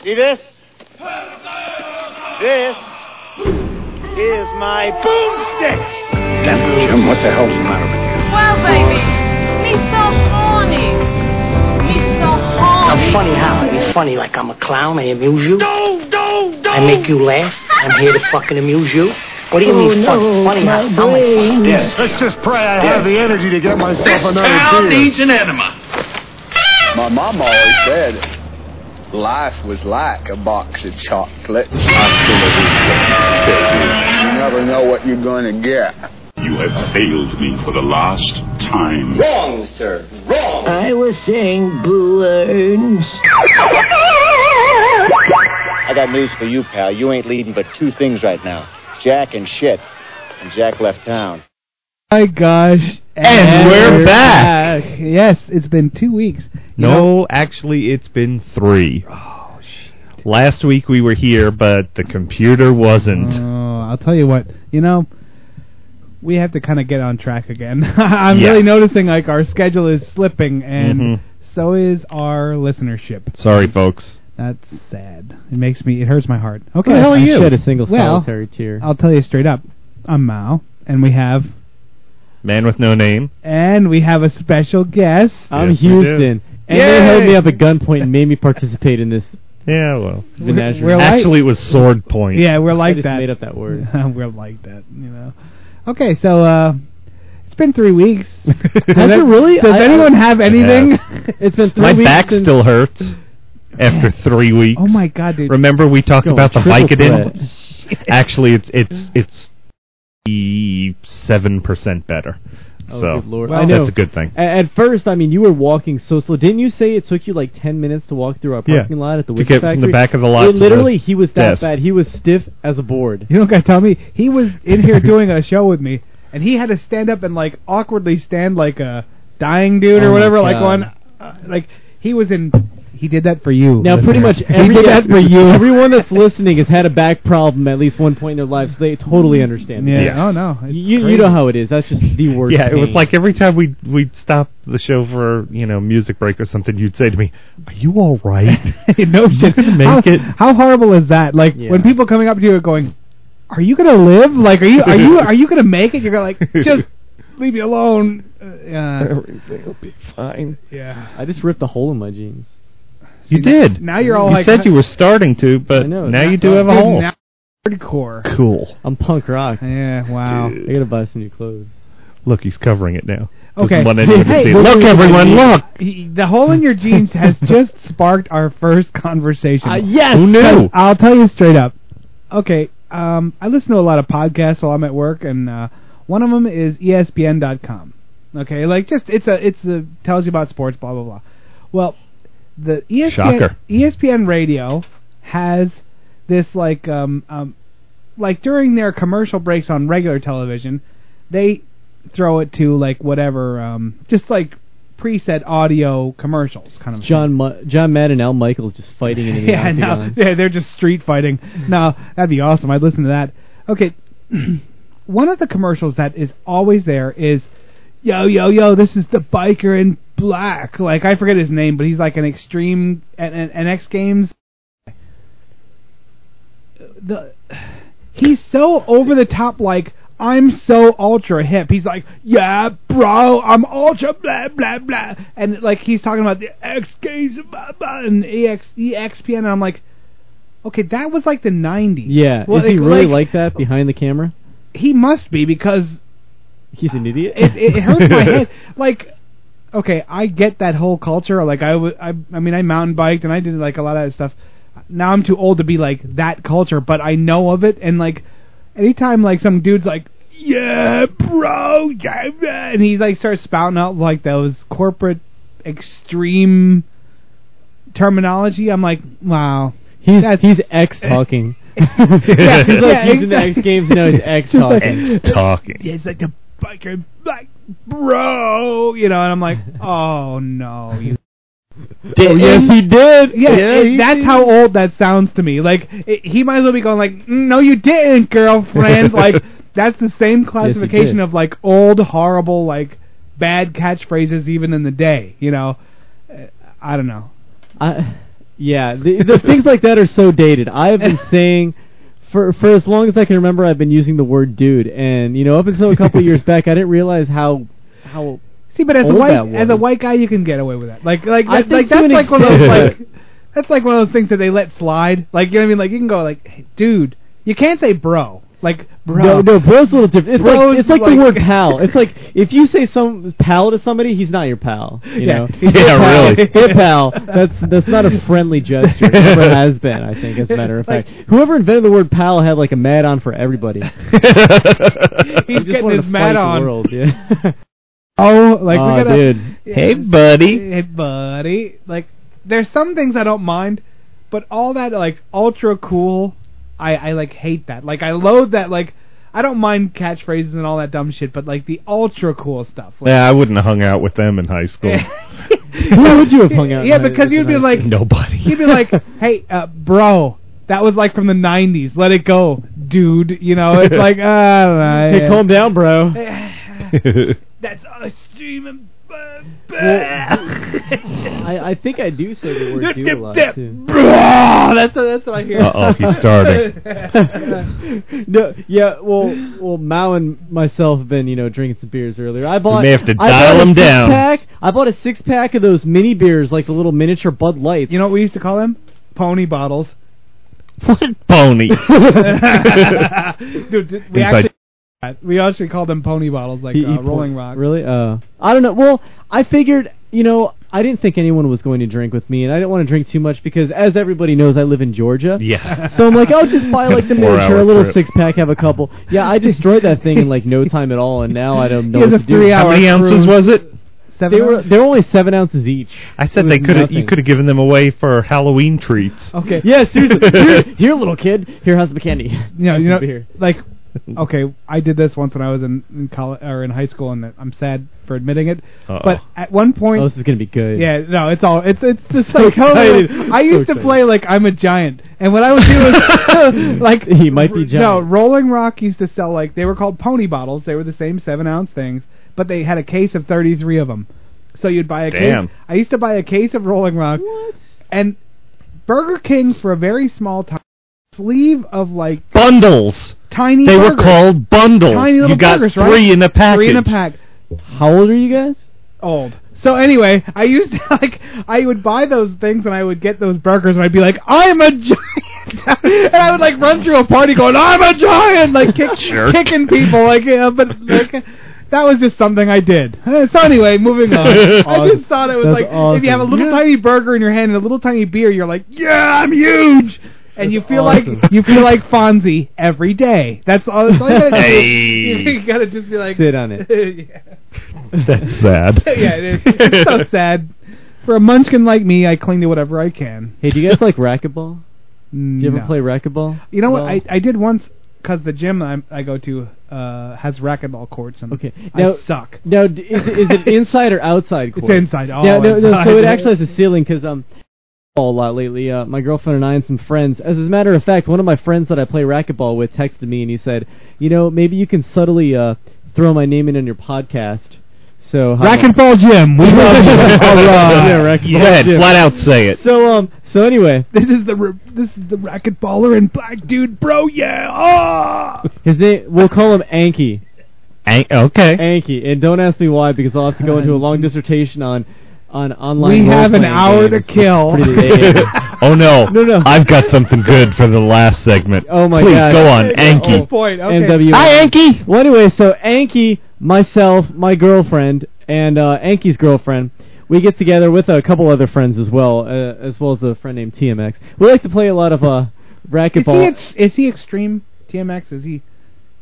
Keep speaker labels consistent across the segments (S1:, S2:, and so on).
S1: See this? This is my boomstick.
S2: Jim, what the hell's the matter with you?
S3: Well, baby, me so horny. Me so horny.
S4: I'm funny how? I be funny like I'm a clown. I amuse you.
S1: Don't, don't, don't. Oh,
S4: I make you laugh. I'm here to fucking amuse you. What do you mean fun? funny how? How am I funny?
S2: Yes.
S5: Let's just pray I have the energy to get myself another beer.
S6: an enema.
S2: My mom always said life was like a box of chocolates. I still baby. You never know what you're going to get.
S7: You have failed me for the last time.
S6: Wrong, sir. Wrong.
S4: I was saying Boo Earns.
S1: I got news for you, pal. You ain't leading but two things right now Jack and shit. And Jack left town.
S8: my gosh. And,
S9: we're
S8: back. Uh, Yes, it's been two weeks. You know,
S9: No, actually, it's been three. Last week we were here, but the computer wasn't.
S8: oh, I'll tell you what. You know, we have to kind of get on track again. I'm
S9: Yeah.
S8: really noticing like our schedule is slipping, and
S9: Mhm.
S10: Mm-hmm.
S8: so is our listenership.
S9: Sorry, folks.
S8: That's sad. It makes me. It hurts my heart. Okay.
S9: the hell are
S10: I
S9: you?
S10: shed a single
S8: Well,
S10: solitary tear.
S8: I'll tell you straight up. I'm Mao, and we have
S9: Man with no name.
S8: and we have a special guest.
S10: I'm
S9: Yes, we do.
S10: Houston, and they
S8: Yay!
S10: held me up at gunpoint and made me participate in this
S9: Yeah, well.
S10: menagerie.
S8: we're like-
S9: Actually, it was sword point.
S8: yeah, we're like
S10: I just
S8: that.
S10: made up that word.
S8: We're like that, you know. Okay, so uh, it's been three weeks.
S10: Has it really?
S8: Does
S10: I-
S8: anyone have anything?
S10: It's been three
S9: My
S10: weeks.
S9: back
S10: since-
S9: still hurts after three weeks.
S8: oh my god, dude!
S9: Remember we talked
S10: Going
S9: about the
S10: triple
S9: Vicodin? Actually, it's it's it's seven percent better.
S10: Oh,
S9: so
S10: good lord.
S8: Well,
S10: I know.
S9: that's a good thing.
S10: A- At first, I mean, you were walking so slow. Didn't you say it took you like ten minutes to walk through our
S9: Yeah.
S10: parking lot at the
S9: To
S10: Wiki
S9: get
S10: factory?
S9: from the back of the lot.
S10: It
S9: to
S10: literally,
S9: the
S10: he was that
S9: desk.
S10: bad. He was stiff as a board.
S8: you don't gotta tell me. He was in here doing a show with me, and he had to stand up and like awkwardly stand like a dying dude
S10: Oh
S8: or
S10: my
S8: whatever, like
S10: God.
S8: on, uh, like he was in. He did that for you.
S10: Now, pretty much
S8: listeners.
S10: every
S8: he did that for you.
S10: everyone that's listening has had a back problem at least one point in their lives. They totally understand.
S8: Yeah.
S10: it.
S9: Yeah.
S8: Oh no. it's
S10: You, you
S8: crazy.
S10: know how it is. That's just the worst.
S9: Yeah, it was
S10: pain.
S9: like every time we would we'd stop the show for you know music break or something, you'd say to me, "Are you all right?"
S8: no shit.
S9: gonna make
S8: how,
S9: it.
S8: how horrible is that? Like
S10: Yeah.
S8: when people coming up to you are going, "Are you gonna live? Like are you are you are you gonna make it?" You're like, "Just leave me alone." Uh,
S9: Everything'll be fine.
S8: yeah.
S10: I just ripped a hole in my jeans.
S9: You did.
S8: Now you're all
S9: you
S8: like,
S9: said you were starting to,
S10: I
S9: but
S10: know,
S9: now
S10: it's
S9: you
S10: not fun.
S9: do have a
S8: Dude,
S9: hole.
S8: now you're hardcore.
S9: Cool.
S10: I'm punk rock. I
S8: Yeah. Wow.
S9: Dude.
S10: gotta buy some new clothes.
S9: Look, he's covering it now.
S8: Okay.
S9: Doesn't want anyone to
S8: Hey,
S9: see it.
S8: what
S9: look,
S8: do you-
S9: everyone, look.
S8: He- the hole in your jeans has just sparked our first conversation.
S10: Uh, yes.
S9: Who knew?
S8: I'll tell you straight up. Okay, um, I listen to a lot of podcasts while I'm at work, and uh, one of them is E ESPN.com. Okay, like just it's a it's a tells you about sports, blah blah blah. Well, the E ESPN
S9: Shocker.
S8: ESPN Radio has this like um, um like during their commercial breaks on regular television, they throw it to like whatever um just like preset audio commercials kind of thing.
S10: John Ma- John Madden and Al Michaels just fighting in the
S8: Yeah, no,
S10: octagon.
S8: yeah, they're just street fighting. No, that'd be awesome. I'd listen to that. Okay, one of the commercials that is always there is, yo, yo, yo, this is the biker in black. Like I forget his name, but he's like an extreme an, an, an X Games. The he's so over the top, like. I'm so ultra hip. He's like, yeah, bro, I'm ultra blah blah blah, and like he's talking about the X Games blah, blah, and E EX EXPN, and I'm like, okay, that was like the '90s.
S10: Yeah,
S8: Well,
S10: is he
S8: like-
S10: really
S8: like-
S10: like, that behind the camera?
S8: he must be because
S10: He's an idiot.
S8: it, it, it hurts my head. Like, okay, I get that whole culture. Like, I, w- I, I mean, I mountain biked and I did like a lot of that stuff. Now I'm too old to be like that culture, but I know of it. And like, anytime like some dude's like, yeah, bro, yeah, yeah," and he like starts spouting out like those corporate extreme terminology, I'm like, wow.
S10: he's
S8: that's-
S10: he's X talking. he's like,
S8: yeah,
S10: he's in the X
S8: exactly.
S10: Games now. He's X talking.
S9: X talking.
S8: it's like the biker like bro you know and i'm like oh no you
S10: oh, yes, he did.
S8: yeah, it- that's how old that sounds to me like it, he might as well be going like "Mm, no you didn't girlfriend like that's the same classification
S10: did.
S8: of like old horrible like bad catchphrases even in the day you know Uh, i don't know
S10: I Yeah, the, the things like that are so dated. I have been saying for for as long as I can remember, I've been using the word dude, and you know, up until a couple years back, I didn't realize how how
S8: See, but as a
S10: Old
S8: white
S10: that
S8: as a
S10: was.
S8: white guy, you can get away with that. Like like
S10: I
S8: that,
S10: think
S8: like
S10: to
S8: that's
S10: an
S8: like one of those
S10: extent.
S8: like that's like one of those things that they let slide. Like you know what I mean? Like you can go like, hey, dude, you can't say bro. Like bro.
S10: No, no, bro's a little different. It's
S8: Bro's
S10: like it's like,
S8: like-
S10: the word pal. It's like if you say some pal to somebody, he's not your pal. You
S8: Yeah.
S10: know,
S8: Yeah,
S10: Hey, pal.
S9: really.
S10: Hey, pal. That's that's not a friendly gesture. It never has been, I think. As a matter of
S8: Like-
S10: fact, whoever invented the word pal had like a mad on for everybody. He
S8: He's
S10: just
S8: getting
S10: wanted
S8: his
S10: to
S8: mad
S10: fight the
S8: on.
S10: world, yeah.
S8: Oh, like
S10: Aw,
S8: we gotta,
S10: dude.
S9: Hey, buddy.
S8: Hey, buddy. Like, there's some things I don't mind, but all that like ultra cool, I I like hate that. Like, I loathe that. Like, I don't mind catchphrases and all that dumb shit, but like the ultra cool stuff. Like,
S9: Yeah, I wouldn't have hung out with them in high school.
S10: Who would you have hung out?
S8: yeah,
S10: with
S8: because
S10: in
S8: you'd be
S10: high
S8: like,
S9: Nobody.
S8: you'd be like, hey, uh, bro. That was like from the '90s. Let it go, dude. You know, it's like, uh, I don't know.
S10: Hey,
S8: yeah.
S10: calm down, bro.
S8: That's a stream. And,
S10: I, I think I do say the word dude a lot
S8: Dip,
S10: too.
S8: bruh. That's that's what I hear.
S9: Uh oh, he started.
S10: no, yeah, well, well, Mao and myself have been, you know, drinking some beers earlier. I bought.
S9: may have to
S10: I
S9: dial
S10: bought a
S9: 'em down.
S10: six-pack- I bought a six pack of those mini beers, like the little miniature Bud Lights.
S8: You know what we used to call them? Pony bottles.
S9: What pony?
S8: Dude, d- we
S9: Inside.
S8: actually we actually called them pony bottles, like
S10: He- he
S8: uh,
S10: pulled-
S8: Rolling Rock.
S10: E Really? Uh, I don't know. Well, I figured, you know, I didn't think anyone was going to drink with me, and I didn't want to drink too much because, as everybody knows, I live in Georgia.
S9: yeah.
S10: So I'm like, I'll just buy like the
S9: Four
S10: miniature,
S9: hour
S10: a little
S9: trip.
S10: six pack, have a couple. Yeah, I destroyed that thing in like no time at all, and now I don't know
S8: He
S10: what
S8: has
S10: to
S8: a
S10: do.
S8: three-hour
S9: How many ounces was it?
S8: Seven
S10: They were
S8: up?
S10: they were only seven ounces each.
S9: I said
S10: It
S9: they
S10: was
S9: could have. You
S10: nothing.
S9: could have given them away for Halloween treats.
S8: okay.
S10: Yeah, seriously. here, here, little kid. Here, how's the candy?
S8: You know, you know,
S10: Beer.
S8: like, okay, I did this once when I was in, in college or in high school, and I'm sad for admitting it.
S9: Uh-oh.
S8: But at one point,
S10: Oh, this is gonna be good.
S8: Yeah, no, it's all it's it's just
S10: So
S8: like totally.
S10: excited.
S8: I
S10: So
S8: used to
S10: excited.
S8: play like I'm a giant, and what I would do was like
S10: He might be giant.
S8: No, Rolling Rock used to sell like they were called pony bottles. They were the same seven ounce things, but they had a case of thirty three of them. So you'd buy a
S9: Damn.
S8: case. I used to buy a case of Rolling Rock, and Burger King for a very small time sleeve of like
S9: Bundles.
S8: tiny.
S9: They were
S8: burgers.
S9: called bundles.
S8: Tiny little
S9: you got
S8: burgers, right?
S9: three in a package.
S8: Three in a pack.
S10: How old are you guys?
S8: old. So anyway, I used to like I would buy those things and I would get those burgers and I'd be like, I'm a giant, and I would like run through a party going, I'm a giant, like kick,
S9: Jerk.
S8: kicking people, like yeah, but like. That was just something I did. Uh, So anyway, moving on. I just thought it was
S10: That's
S8: like if you have a
S10: awesome.
S8: little tiny burger in your hand and a little tiny beer, you're like, yeah, I'm huge, and you feel
S10: awesome.
S8: like you feel like Fonzie every day. That's all. That's all you gotta
S9: Hey.
S8: do. You gotta just be like,
S10: Sit on it.
S8: yeah.
S9: That's sad.
S8: yeah, it is. It's so sad. For a munchkin like me, I cling to whatever I can.
S10: Hey, do you guys like racquetball?
S8: No.
S10: Do you ever play racquetball?
S8: You know what?
S10: Well-
S8: I, I did once because the gym I, I go to uh, has racquetball courts and
S10: Okay,
S8: I
S10: now-
S8: suck.
S10: Now, d- is, is it inside or outside court?
S8: It's inside. Oh,
S10: yeah, no, no,
S8: inside.
S10: so it actually has a ceiling because um, ball a lot lately. Uh, my girlfriend and I and some friends. As a matter of fact, one of my friends that I play racquetball with texted me and he said, you know, maybe you can subtly uh throw my name in on your podcast. So how about-
S8: racquetball gym. We love you. All right.
S10: Yeah, racquetball
S9: Go ahead, flat out say it.
S10: So um, so anyway,
S8: This is the re- this is the racquetballer and black dude, bro. Yeah. Oh.
S10: his name we'll call him Anki.
S9: Ang- okay.
S10: Anki, and don't ask me why because I'll have to go into a long dissertation on on online.
S8: We have an
S10: role-playing
S8: hour to
S10: games. It's
S8: kill.
S10: pretty lame.
S9: oh no.
S10: No, no.
S9: I've got something good for the last segment.
S10: Oh, my
S9: Please
S10: God. Oh,
S9: go on,
S8: Good
S9: Anki.
S8: Oh, point. Okay.
S10: NWA.
S9: Hi, Anki.
S10: Well, anyway, so Anki, myself, my girlfriend, and uh, Anki's girlfriend, we get together with a couple other friends as well, uh, as well as a friend named TMX. We like to play a lot of uh,
S8: Is he
S10: racquetball.
S8: ex- is he extreme TMX? Is he,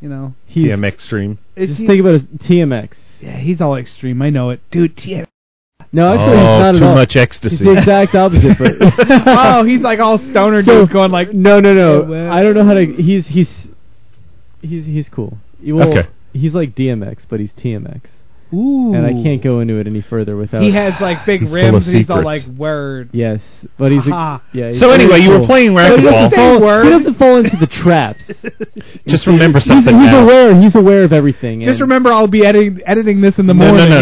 S8: you know?
S10: He's-
S9: TMX stream.
S8: Is
S10: Just
S8: he,
S10: think about it, TMX.
S8: yeah, he's all extreme. I know it, dude. TMX.
S10: No, actually, he's
S9: oh,
S10: not
S9: too
S10: at all.
S9: much
S10: He's
S9: ecstasy.
S10: the exact opposite. But
S8: oh, he's like all stoner
S10: So-
S8: dude going like,
S10: no, no,
S8: Yeah,
S10: no.
S8: well-
S10: I don't know how to. He's he's he's he's cool. Well,
S9: Okay.
S10: He's like DMX, but he's TMX,
S8: ooh.
S10: and I can't go into it any further without.
S8: He has like big
S9: He's full
S8: rims
S9: of
S8: and he's all like,
S9: secrets.
S8: word.
S10: Yes, but he's
S8: Aha.
S10: a, yeah. he's
S9: So
S10: very
S9: anyway, you were
S10: cool.
S9: playing
S10: But he
S9: racquetball.
S10: doesn't
S8: Say
S10: fall-
S8: word.
S10: He doesn't fall into the traps.
S9: Just remember
S10: he's,
S9: something
S10: he's
S9: now.
S10: aware. He's aware of everything. and-
S8: Just remember, I'll be editing editing this in the
S9: No,
S8: morning.
S9: no,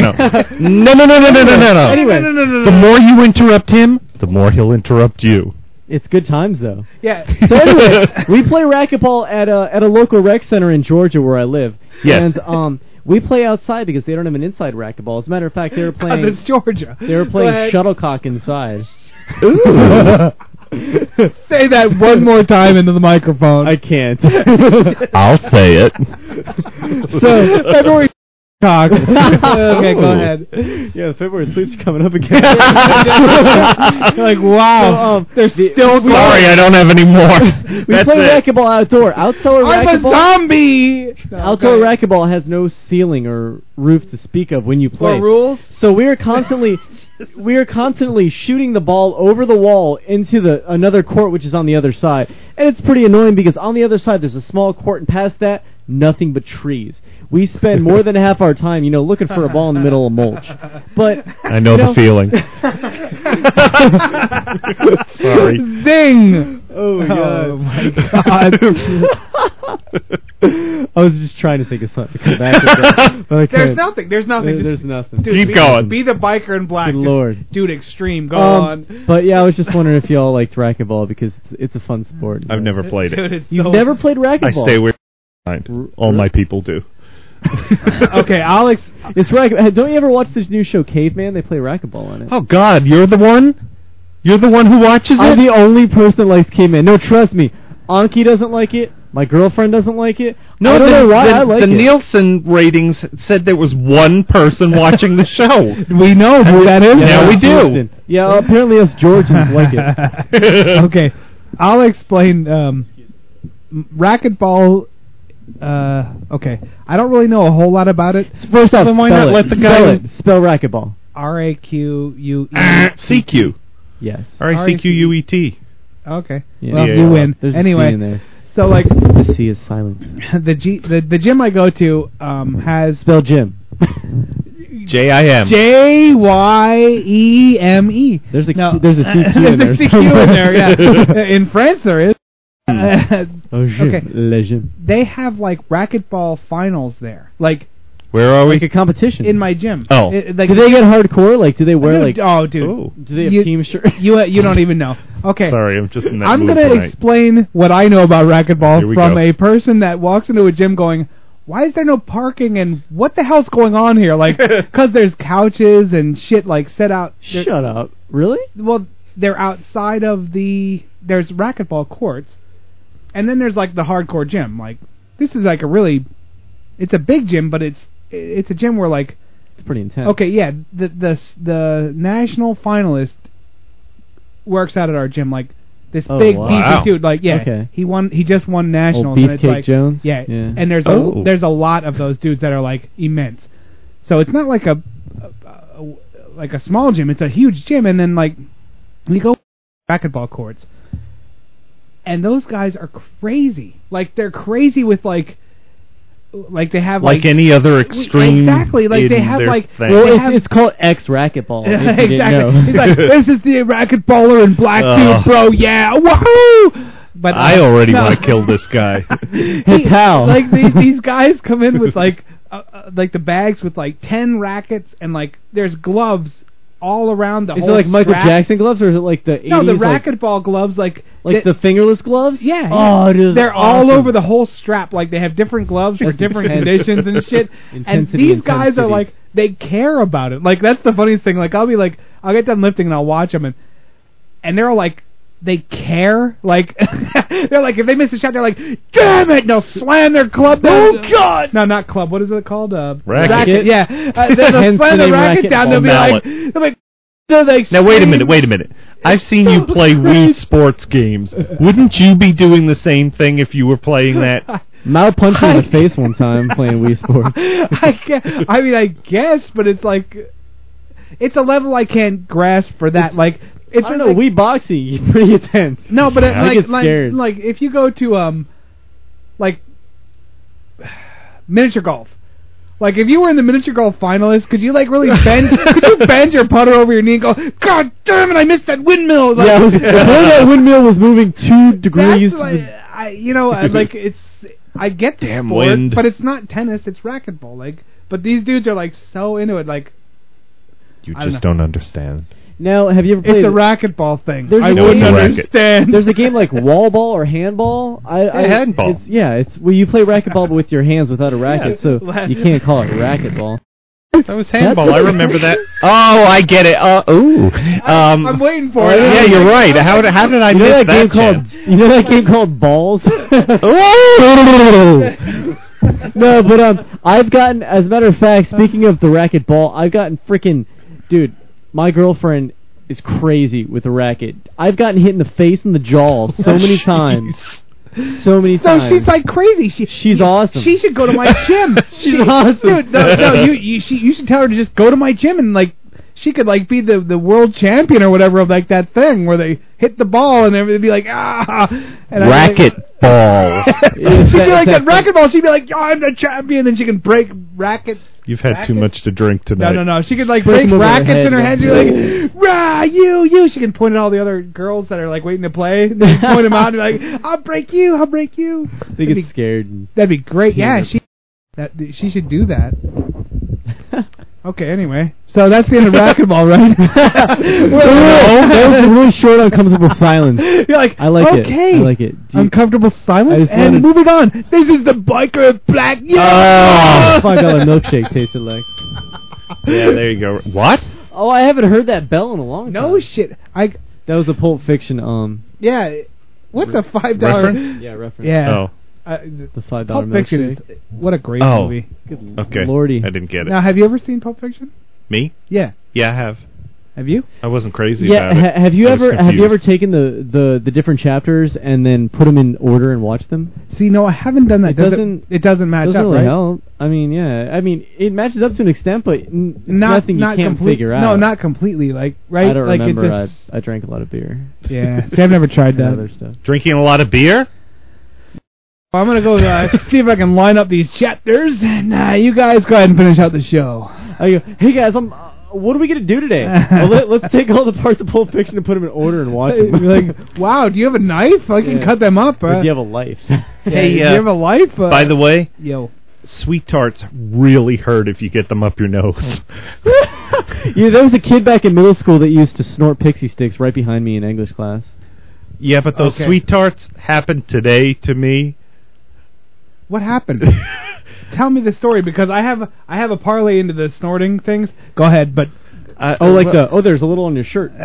S9: no, no. no, no, no, no, no, no, no, no.
S10: Anyway.
S8: Oh, no, no, no, no,
S9: The
S8: no.
S9: more you interrupt him, the more he'll interrupt you.
S10: It's good times though.
S8: Yeah.
S10: So anyway, we play racquetball at a at a local rec center in Georgia where I live.
S9: Yes.
S10: And um, we play outside because they don't have an inside racquetball. As a matter of fact, they were playing
S8: It's Georgia.
S10: they were
S8: Oh, Go ahead.
S10: playing shuttlecock inside.
S8: Say that one more time into the microphone.
S10: I can't.
S9: I'll say it.
S8: so February cock. okay, go
S9: Ooh.
S8: ahead.
S10: yeah, February sweep's coming up again.
S8: like wow,
S10: So, um,
S8: they're
S10: the-
S8: still
S10: we-
S9: Sorry, I don't have any more.
S10: we
S9: That's
S10: play
S9: it.
S10: racquetball outdoor. Outdoor
S8: I'm a
S10: racquetball.
S8: zombie.
S10: Outdoor racquetball has no ceiling or roof to speak of when you play.
S8: Or rules.
S10: So we are constantly we are constantly shooting the ball over the wall into the another court which is on the other side. And it's pretty annoying because on the other side there's a small court and past that nothing but trees. We spend more than half our time, you know, looking for a ball in the middle of mulch. But
S9: I know the
S10: No.
S9: feeling. Sorry.
S8: Zing.
S10: oh,
S8: Oh my
S10: God. I was just trying to think of something to come back to, but I
S8: There's
S10: couldn't.
S8: nothing. There's nothing.
S10: There-
S8: Just,
S10: there's nothing.
S8: Dude,
S9: Keep
S8: be,
S9: going.
S8: Be the biker in black.
S10: Good
S8: Just
S10: lord.
S8: dude extreme. Go
S10: Um,
S8: on.
S10: But yeah, I was just wondering if y'all liked racquetball because it's, it's a fun sport.
S9: I've never played
S8: Dude,
S9: it.
S8: it's
S10: You've
S8: so-
S10: never played
S9: I
S10: racquetball.
S9: stay where all my people do.
S8: Okay, Alex.
S10: It's racket. Don't you ever watch this new show, Caveman? They play racquetball on it.
S9: Oh God, you're the one. You're the one who watches
S10: I'm
S9: it.
S10: the only person that likes Caveman. No, trust me. Anki doesn't like it. My girlfriend doesn't like it. I don't
S9: the,
S10: know why
S9: the,
S10: I like
S9: the
S10: it.
S9: Nielsen ratings said there was one person watching the show.
S8: We know who that is.
S9: Yeah,
S10: Yeah,
S9: we
S10: us
S9: do.
S10: Houston. Yeah, apparently us Georgians like it.
S8: okay, I'll explain. Um, m- racquetball. Uh, okay, I don't really know a whole lot about it.
S10: First off,
S9: Then why
S10: spell
S9: not
S10: it.
S9: let the guy-
S10: spell it. Spell racquetball.
S8: R A Q U E.
S9: CQ.
S10: Yes.
S9: R A C Q U E T.
S8: Okay,
S10: Yeah.
S8: well
S9: Yeah.
S8: you win.
S10: There's a C in
S8: Anyway,
S10: there.
S8: so like
S10: the C is silent.
S8: the G, the the gym I go to um has
S10: Spell Jim.
S9: J I M.
S8: J Y E M E.
S10: There's a
S8: No.
S10: there's a CQ in there.
S8: There's a CQ in there. Yeah, in France there is. Uh,
S10: Oh, Jim.
S8: Okay.
S10: Le Jim.
S8: they have like racquetball finals there, like
S9: Where are
S10: Like
S9: we?
S10: a competition.
S8: in my gym.
S9: Oh.
S8: It- like
S10: do they get hardcore? Like, do they wear
S8: Dude,
S10: like?
S8: oh, dude,
S9: Oh,
S10: Do they have
S8: you-
S10: team shirt?
S8: you uh, you don't even know. Okay,
S9: sorry, I'm just in that
S8: I'm
S9: mood
S8: gonna
S9: tonight.
S8: explain what I know about
S9: Here
S8: racquetball
S9: we
S8: from
S9: go.
S8: a person that walks into a gym going, "Why is there no parking and what the hell's going on here?" Like, because there's couches and shit like set out. They're-
S10: Shut up. Really?
S8: well, they're outside of the there's racquetball courts, and then there's like the hardcore gym. Like this is like a really, it's a big gym, but it's it's a gym where like
S10: It's pretty intense.
S8: okay yeah the the the national finalist works out at our gym like this
S10: Oh,
S8: big
S10: wow.
S8: beefy dude like yeah
S10: Okay.
S8: he won he just won nationals and it's
S10: Beefcake
S8: like
S10: Jones?
S8: yeah,
S10: Yeah.
S8: and there's
S9: Oh.
S8: a there's a lot of those dudes that are like immense so it's not like a, a, a like a small gym it's a huge gym and then like we go racquetball courts and those guys are crazy like they're crazy with like like they have
S9: like,
S8: like
S9: any other extreme.
S8: Exactly, like, they
S9: in
S8: have,
S9: their
S8: like-
S9: thing.
S10: Well,
S8: They
S10: it's,
S8: have-
S10: it's called X racquetball. if you didn't
S8: exactly.
S10: know. Oh.
S8: He's like, this is the racquetballer in black
S9: Ugh.
S8: suit, bro. Yeah, woohoo! But uh,
S9: I already
S8: no.
S9: want to kill this guy.
S10: His pal.
S8: Like these, these guys come in with like, uh, uh, like the bags with like ten rackets and like there's gloves all around the
S10: Is it
S8: whole.
S10: like Michael
S8: strap.
S10: Jackson gloves or is it like the 80s?
S8: No, the
S10: like-
S8: racquetball gloves, like
S10: Like, the
S8: that-
S10: fingerless gloves?
S8: yeah,
S10: Oh, it is
S8: they're
S10: awesome.
S8: all over the whole strap. Like they have different gloves for different conditions and shit. and
S10: Intensity,
S8: these guys are
S10: intensity.
S8: like they care about it. Like that's the funniest thing. Like I'll be like I'll get done lifting and I'll watch them and and they're all like they care. Like they're like if they miss a shot, they're like, damn it! And they'll slam their club. down.
S9: Oh, God!
S8: No, not club. What is it called? Uh,
S9: Racket.
S8: Yeah, uh, they'll
S10: Hence
S8: slam
S10: the name
S8: the racket down. They'll be
S9: mallet.
S8: like, they'll be like, they'll like.
S9: Now wait a
S8: scream.
S9: minute, wait a minute. I've seen you play Wii sports games. Wouldn't you be doing the same thing if you were playing that?
S10: Mao punched me in the face one time playing Wii Sports.
S8: I guess, I mean, I guess, but it's like, it's a level I can't grasp for that. Like, it's
S10: I don't know,
S8: like,
S10: Wii boxing, you're pretty intense.
S8: No, but it,
S9: I
S8: like,
S10: get
S8: like,
S10: scared.
S8: like, if you go to um, like, miniature golf. Like if you were in the miniature golf finals, could you like really bend? could you bend your putter over your knee and go, "God damn it, I missed that windmill!" Like,
S10: yeah, I was, the way that windmill was moving two degrees.
S8: that's like, I, you know, I- like it's, I get the
S9: Damn
S8: sport,
S9: wind.
S8: but it's not tennis, it's racquetball. Like, but these dudes are like so into it. Like,
S9: You
S8: I
S9: just don't understand.
S10: Now, have you ever played?
S8: It's a racquetball thing.
S10: There's a-
S8: I
S10: No,
S8: wouldn't
S10: it's a
S9: racket.
S8: understand.
S10: There's a game like wall ball or handball. I, I
S9: handball.
S10: It's, yeah, it's well you play racquetball but with your hands without a racket, so you can't call it racquetball.
S9: That was handball. I
S10: That's-
S9: remember that. Oh, I get it. Uh, ooh. Um,
S8: I'm waiting for
S10: Oh,
S8: it.
S9: yeah, you're right. How, how did I
S10: You know
S9: miss
S10: that, game
S9: chance?
S10: called you know that game called balls. no, but um, I've gotten as a matter of fact. Speaking of the racquetball, I've gotten freaking dude. My girlfriend is crazy with the racket. I've gotten hit in the face and the jaw so many times. So many
S8: So
S10: times.
S8: she's like crazy. She
S10: She's
S8: she-
S10: awesome.
S8: She should go to my gym.
S10: She's
S8: She-
S10: awesome.
S8: dude. No, no, you you she, you should tell her to just go to my gym and like she could like be the the world champion or whatever of like that thing where they hit the ball and everything be like ah and I-
S9: Racquetball.
S8: she'd
S10: that-
S8: be like that
S10: that-
S8: racquetball. She'd be like, "Oh, I'm the champion," and she can break racket.
S9: You've had
S8: Racket?
S9: too much to drink
S8: No,
S9: tonight.
S8: no, no. She could like
S10: Break them
S8: break
S10: over her
S8: rackets in
S10: head,
S8: her
S10: yeah.
S8: hands. She'd be like, "Rah, you, you." She can point at all the other girls that are like waiting to play. And then point them out and be like, "I'll break you. I'll break you."
S10: they
S8: That'd be
S10: get scared. And
S8: That'd be great. Yeah,
S10: Yeah.
S8: she that she should do that. Okay, anyway. So that's the end of racquetball,
S10: Oh, that was a
S8: right?
S10: really short, uncomfortable silence.
S8: You're like,
S10: I like it.
S8: okay.
S10: I like it. Do you-
S8: Uncomfortable
S10: I
S8: silence
S10: just wanted-
S8: and
S10: Uh,
S8: moving on. This is the biker black.
S9: Oh.
S8: Yeah.
S10: Five dollar milkshake tasted like.
S9: Yeah, there you go. What?
S10: Oh, I haven't heard that bell in a long time.
S8: No shit. I
S10: That was a Pulp Fiction. Um.
S8: yeah. What's a five dollar?
S9: Reference?
S10: Yeah, reference.
S8: Yeah.
S9: Oh,
S8: Uh,
S10: The five dollar
S8: Pulp Fiction is what a great
S9: Oh.
S8: movie.
S10: Good
S9: okay.
S10: Lordy.
S9: I didn't get it.
S8: Now, have you ever seen Pulp Fiction?
S9: Me?
S8: Yeah.
S9: Yeah, I have.
S8: Have you?
S9: I wasn't crazy
S10: Yeah.
S9: about it.
S10: Ha- have you
S9: I was
S10: ever have you ever
S9: confused.
S10: taken the, the the different chapters and then put them in order and watched them?
S8: See, no, I haven't done that.
S10: It
S8: Does
S10: doesn't-
S8: It doesn't match
S10: Doesn't
S8: up,
S10: really
S8: right?
S10: help. I mean, yeah. I mean, it matches up to an extent, but n- it's nothing you can't
S8: complete-
S10: figure out.
S8: No, not completely. Like right,
S10: I don't
S8: like
S10: remember.
S8: it just
S10: I, I drank a lot of beer.
S8: yeah. See, I've never tried
S10: and
S8: that.
S10: other stuff.
S9: drinking a lot of beer?
S8: Well, I'm gonna go uh, see if I can line up these chapters, and uh, you guys go ahead and finish out the show.
S10: I go, hey guys, I'm. Uh, what are we gonna do today? well, let, let's take all the parts of Pulp Fiction and put them in order and watch
S8: You're
S10: them.
S8: like, wow, do you have a knife? I can
S10: Yeah.
S8: cut them up. Uh,
S10: If you have a life.
S8: hey,
S9: Hey,
S8: do you
S9: uh,
S8: have a life? Uh,
S9: By the way,
S8: yo,
S9: sweet tarts really hurt if you get them up your nose. uh,
S10: yeah, there was a kid back in middle school that used to snort pixie sticks right behind me in English class.
S9: yeah, but those
S8: Okay.
S9: sweet tarts happened today to me.
S8: what happened? Tell me the story because I have I have a parlay into the snorting things. Go ahead, but
S9: Uh,
S10: Oh, like the oh, there's a little on your shirt.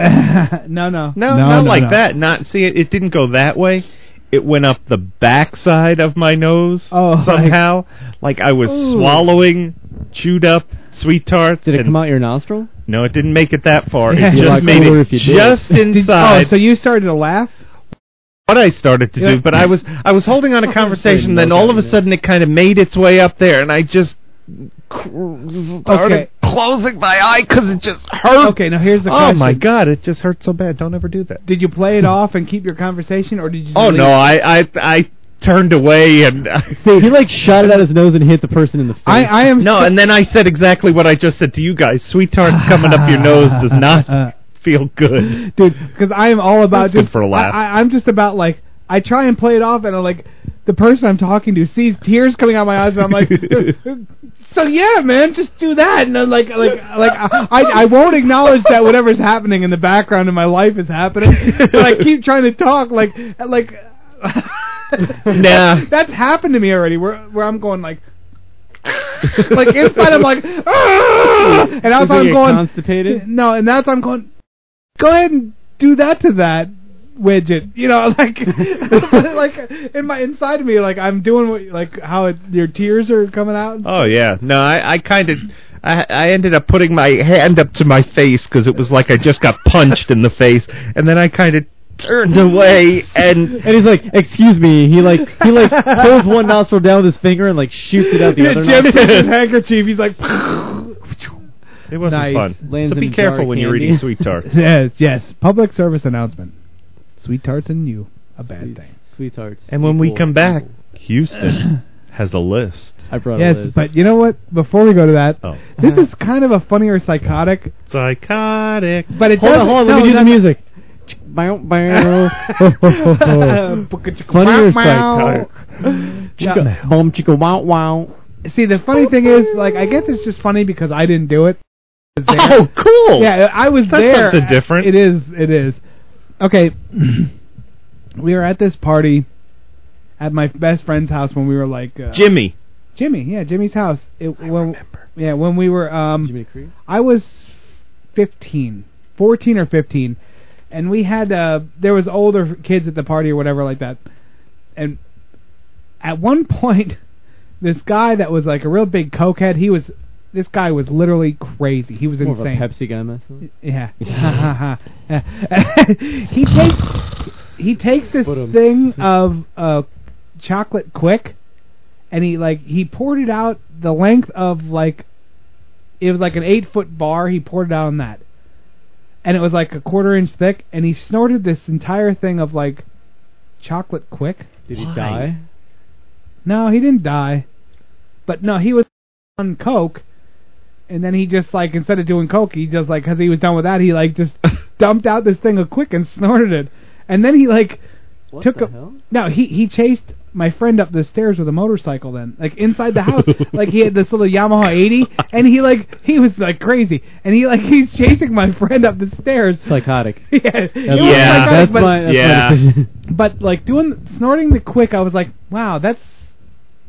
S8: no, no,
S9: No, not like that. Not see it. It didn't go that way. It went up the backside of my nose
S8: Oh, like-
S9: somehow. Like, I was
S8: Ooh.
S9: swallowing chewed up sweet tarts.
S10: Did it
S9: and-
S10: come out your nostril?
S9: No, it didn't make it that far.
S8: Yeah,
S9: It
S8: you're
S10: like,
S9: just made
S10: "Oh,
S9: it
S10: if you did."
S9: just inside.
S8: Oh, so you started to laugh?
S9: what I started to
S8: Yeah.
S9: do, but I was I was holding on a conversation.
S10: no
S9: Then all of a
S10: cabinet.
S9: sudden, it kind of made its way up there, and I just cr- started
S8: Okay.
S9: closing my eye because it just hurt.
S8: Okay, now here's the
S9: Oh
S8: question.
S9: my god, it just hurt so bad. Don't ever do that.
S8: Did you play it off and keep your conversation, or did you?
S9: Oh
S8: leave?
S9: no, I I I turned away and
S10: See, he like shot it out his nose and hit the person in the face.
S8: I I am
S9: no, and then I said exactly what I just said to you guys. Sweet tarts coming up your nose does not feel good.
S8: dude, because I am all about
S9: That's good
S8: just.
S9: for a laugh.
S8: I, I, I'm just about like I try and play it off, and I'm like the person I'm talking to sees tears coming out of my eyes, and I'm like, so yeah, man, just do that, and I'm like, like, like I, I I won't acknowledge that whatever's happening in the background in my life is happening, but I keep trying to talk like like.
S9: Nah.
S8: that's happened to me already. Where where I'm going like. like inside, I'm like, "Ah!" and
S10: Was
S8: outside,
S10: he
S8: I'm going,
S10: constipated.
S8: no, and that's I'm going. Go ahead and do that to that widget. You know, like like in my inside of me, like I'm doing what like how it, your tears are coming out.
S9: Oh yeah, no, I I kind of. I, I ended up putting my hand up to my face because it was like I just got punched in the face, and then I kind of turned away and
S10: And he's like, "Excuse me." He like he like pulls one nostril down with his finger and like shoots it out the other.
S8: Jim
S10: nostril.
S8: takes his handkerchief. He's like,
S9: it wasn't
S8: Nice.
S9: fun.
S10: Lands
S9: so
S10: in
S9: be
S10: a jar
S9: careful
S10: of
S9: when you're
S10: candy.
S9: eating sweet tarts.
S8: yes, yes. Public service announcement: sweet tarts and you, a bad thing.
S10: Sweethearts.
S9: And when we
S10: equal-
S9: come back,
S10: equal.
S9: Houston has a list.
S10: I brought
S8: Yes,
S10: a list.
S8: but you know what? Before we go to that,
S9: Oh,
S8: this is kind of a funny or psychotic,
S9: psychotic.
S8: but it
S10: hold on,
S8: doesn't-
S10: hold on. Let
S8: no,
S10: me do the
S8: that's-
S10: music. Bow, bow. Funny or psychotic? Chica, Boom, chica, wow, wow.
S8: See, the funny thing is, like, I guess it's just funny because I didn't do it. there.
S9: Oh, cool.
S8: Yeah, I was
S9: That's
S8: there.
S9: something different.
S8: It is. It is. Okay, we were at this party at my best friend's house when we were like uh,
S9: Jimmy.
S8: Jimmy. Yeah, Jimmy's house. It, when, Yeah, when we were. Um,
S10: Jimmy Creed.
S8: I was 15, 14 or 15, and we had uh there was older kids at the party or whatever like that. And at one point this guy that was like a real big cokehead, he was this guy was literally crazy. He was
S10: More of a
S8: insane.
S10: Pepsi guy myself.
S8: Yeah. he takes he takes this
S10: Put 'em.
S8: thing of uh, chocolate quick, and he like he poured it out the length of like it was like an eight foot bar. He poured it out on that, and it was like a quarter inch thick. And he snorted this entire thing of like chocolate quick.
S10: Did
S9: Why?
S10: he die?
S8: No, he didn't die. But no, he was on coke, and then he just like instead of doing coke, he just like because he was done with that, he like just dumped out this thing of quick and snorted it, and then he like
S10: What
S8: Took
S10: the
S8: a-
S10: hell?
S8: no he he chased my friend up the stairs with a motorcycle then like inside the house like he had this little Yamaha 80 and he like he was like crazy and he like he's chasing my friend up the stairs
S10: Psychotic.
S8: yeah, it was
S10: That's-
S9: Yeah.
S8: psychotic,
S10: that's
S8: but-
S10: my that's
S9: Yeah.
S10: my decision.
S8: but like doing snorting the quick, I was like, wow, that's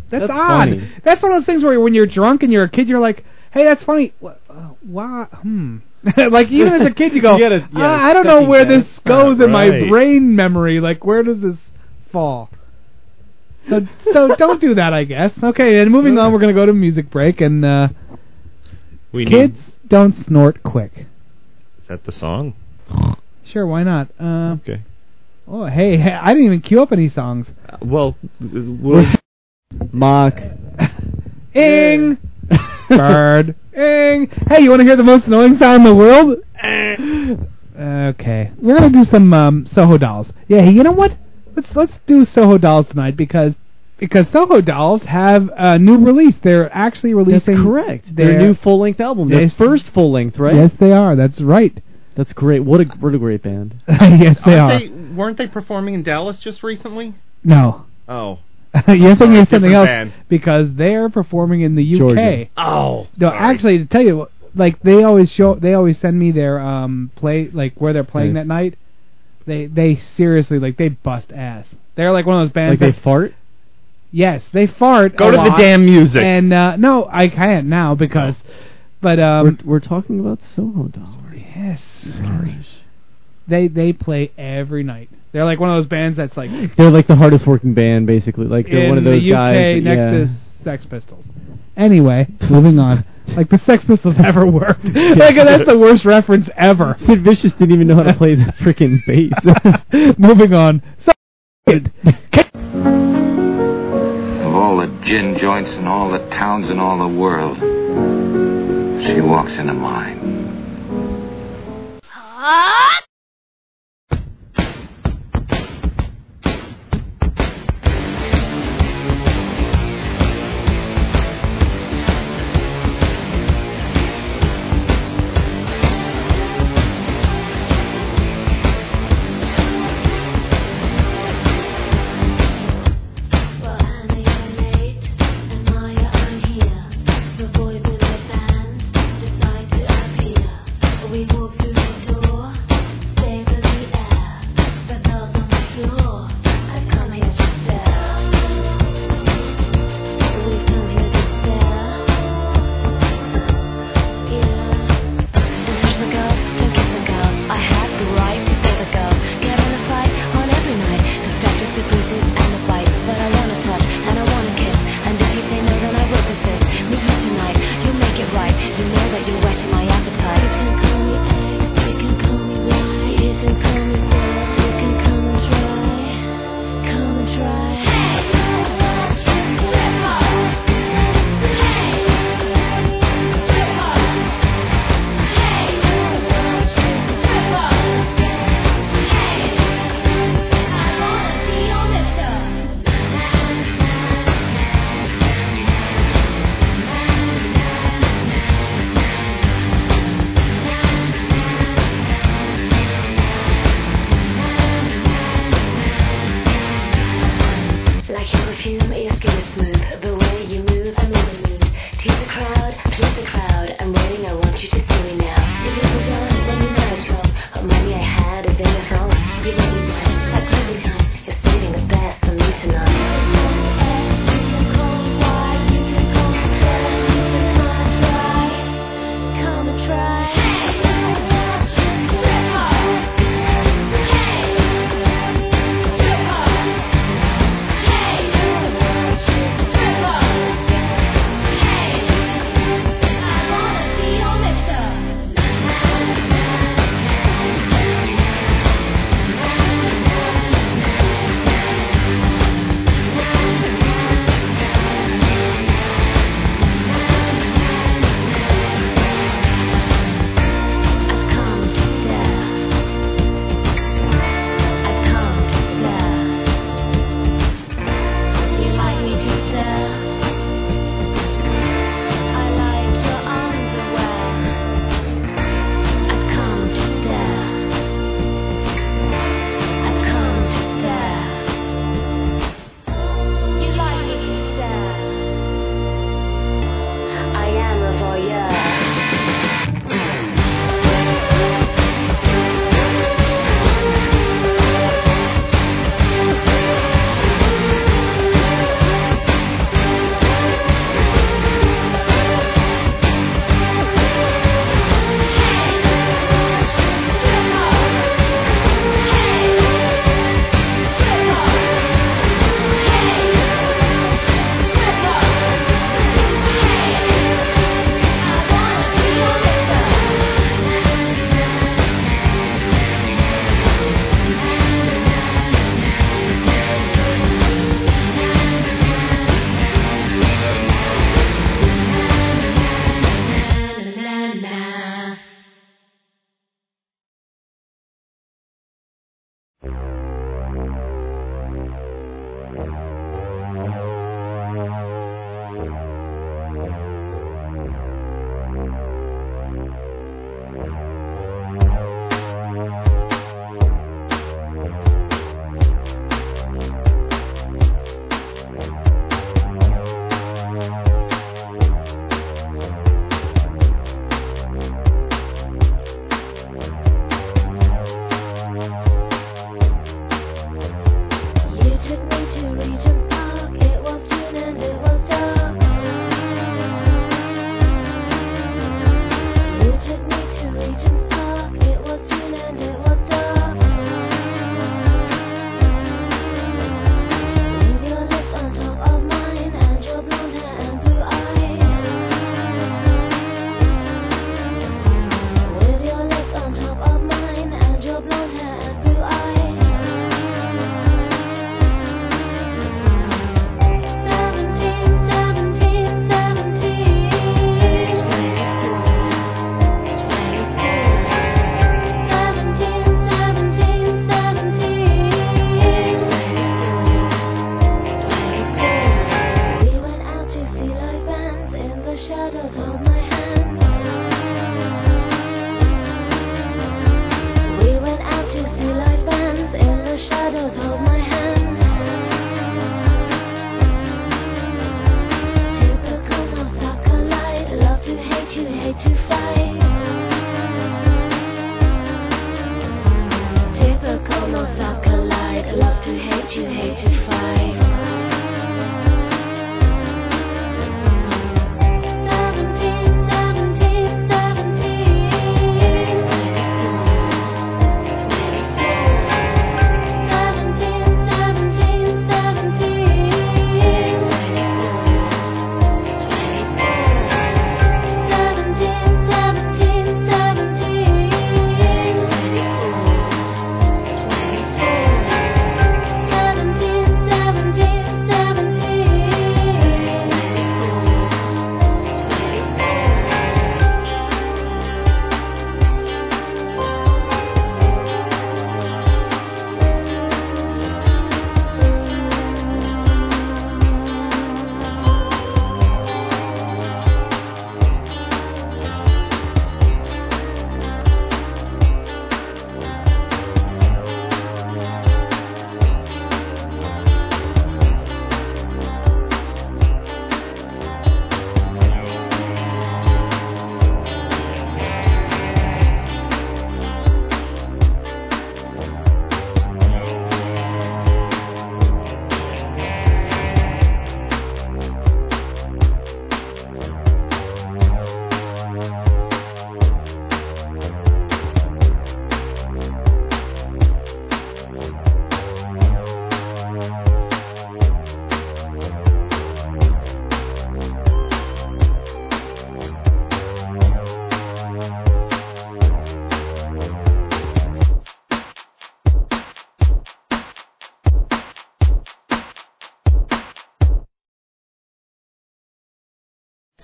S8: that's,
S10: That's
S8: odd.
S10: funny.
S8: That's one of those things where when you're drunk and you're a kid, you're like, hey, that's funny. Wha- uh, Why? Hmm. like even as a kid, you go,
S10: You gotta- you
S8: "Ah,
S10: gotta
S8: I don't know
S10: second
S8: where
S10: guess."
S8: this goes in my
S9: Right.
S8: brain memory. Like where does this fall? So so don't do that, I guess. Okay, and moving on, we're gonna go to music break and uh,
S10: Mm-hmm.
S9: We need,
S8: kids don't snort quick.
S9: is that the song?
S8: Sure, why not? Uh,
S9: Okay.
S8: oh, hey, hey, I didn't even queue up any songs.
S9: Uh, well, we'll
S10: Mock.
S8: Ing. Bird. Ing. Hey, you want to hear the most annoying sound in the world? okay, we're gonna do some um, Soho Dolls. Yeah, you know what? Let's let's do Soho Dolls tonight because because Soho Dolls have a new release. They're actually
S10: That's
S8: releasing.
S10: correct. Their
S8: their-
S10: new full length album. Their
S8: Yes.
S10: first full length, right?
S8: Yes, they are. That's right.
S10: That's great. What a what a great band.
S8: yes, they are.
S9: weren't they performing in Dallas just recently?
S8: No.
S9: Oh.
S8: yes, I'm
S9: Sorry,
S8: gonna something
S9: different
S8: else
S9: band.
S8: because they're performing in the UK.
S10: Georgia.
S9: Oh.
S8: No, actually, to tell you, like they always show, they always send me their um play, like where they're playing
S10: Yeah.
S8: that night. They they seriously like they bust ass. They're like one of those
S10: Like
S8: bands.
S10: they
S8: that,
S10: fart.
S8: yes, they fart.
S9: Go
S8: a
S9: to the
S8: lot.
S9: damn music.
S8: And uh, no, I can't now because, but um,
S10: Oh. we're, we're talking about Soho Dollars.
S8: yes, they they play every night. They're like one of those bands that's like
S10: They're like the hardest working band, basically. Like they're
S8: in
S10: one of those
S8: the UK
S10: guys. that-
S8: next
S10: yeah.
S8: to Sex Pistols. Anyway, moving on. Like the Sex Pistols ever worked. like that's the worst reference ever.
S10: Sid Vicious didn't even know how to play the freaking bass.
S8: Moving on. So,
S6: Of all the gin joints in all the towns in all the world, she walks into mine.
S3: We walk through the door.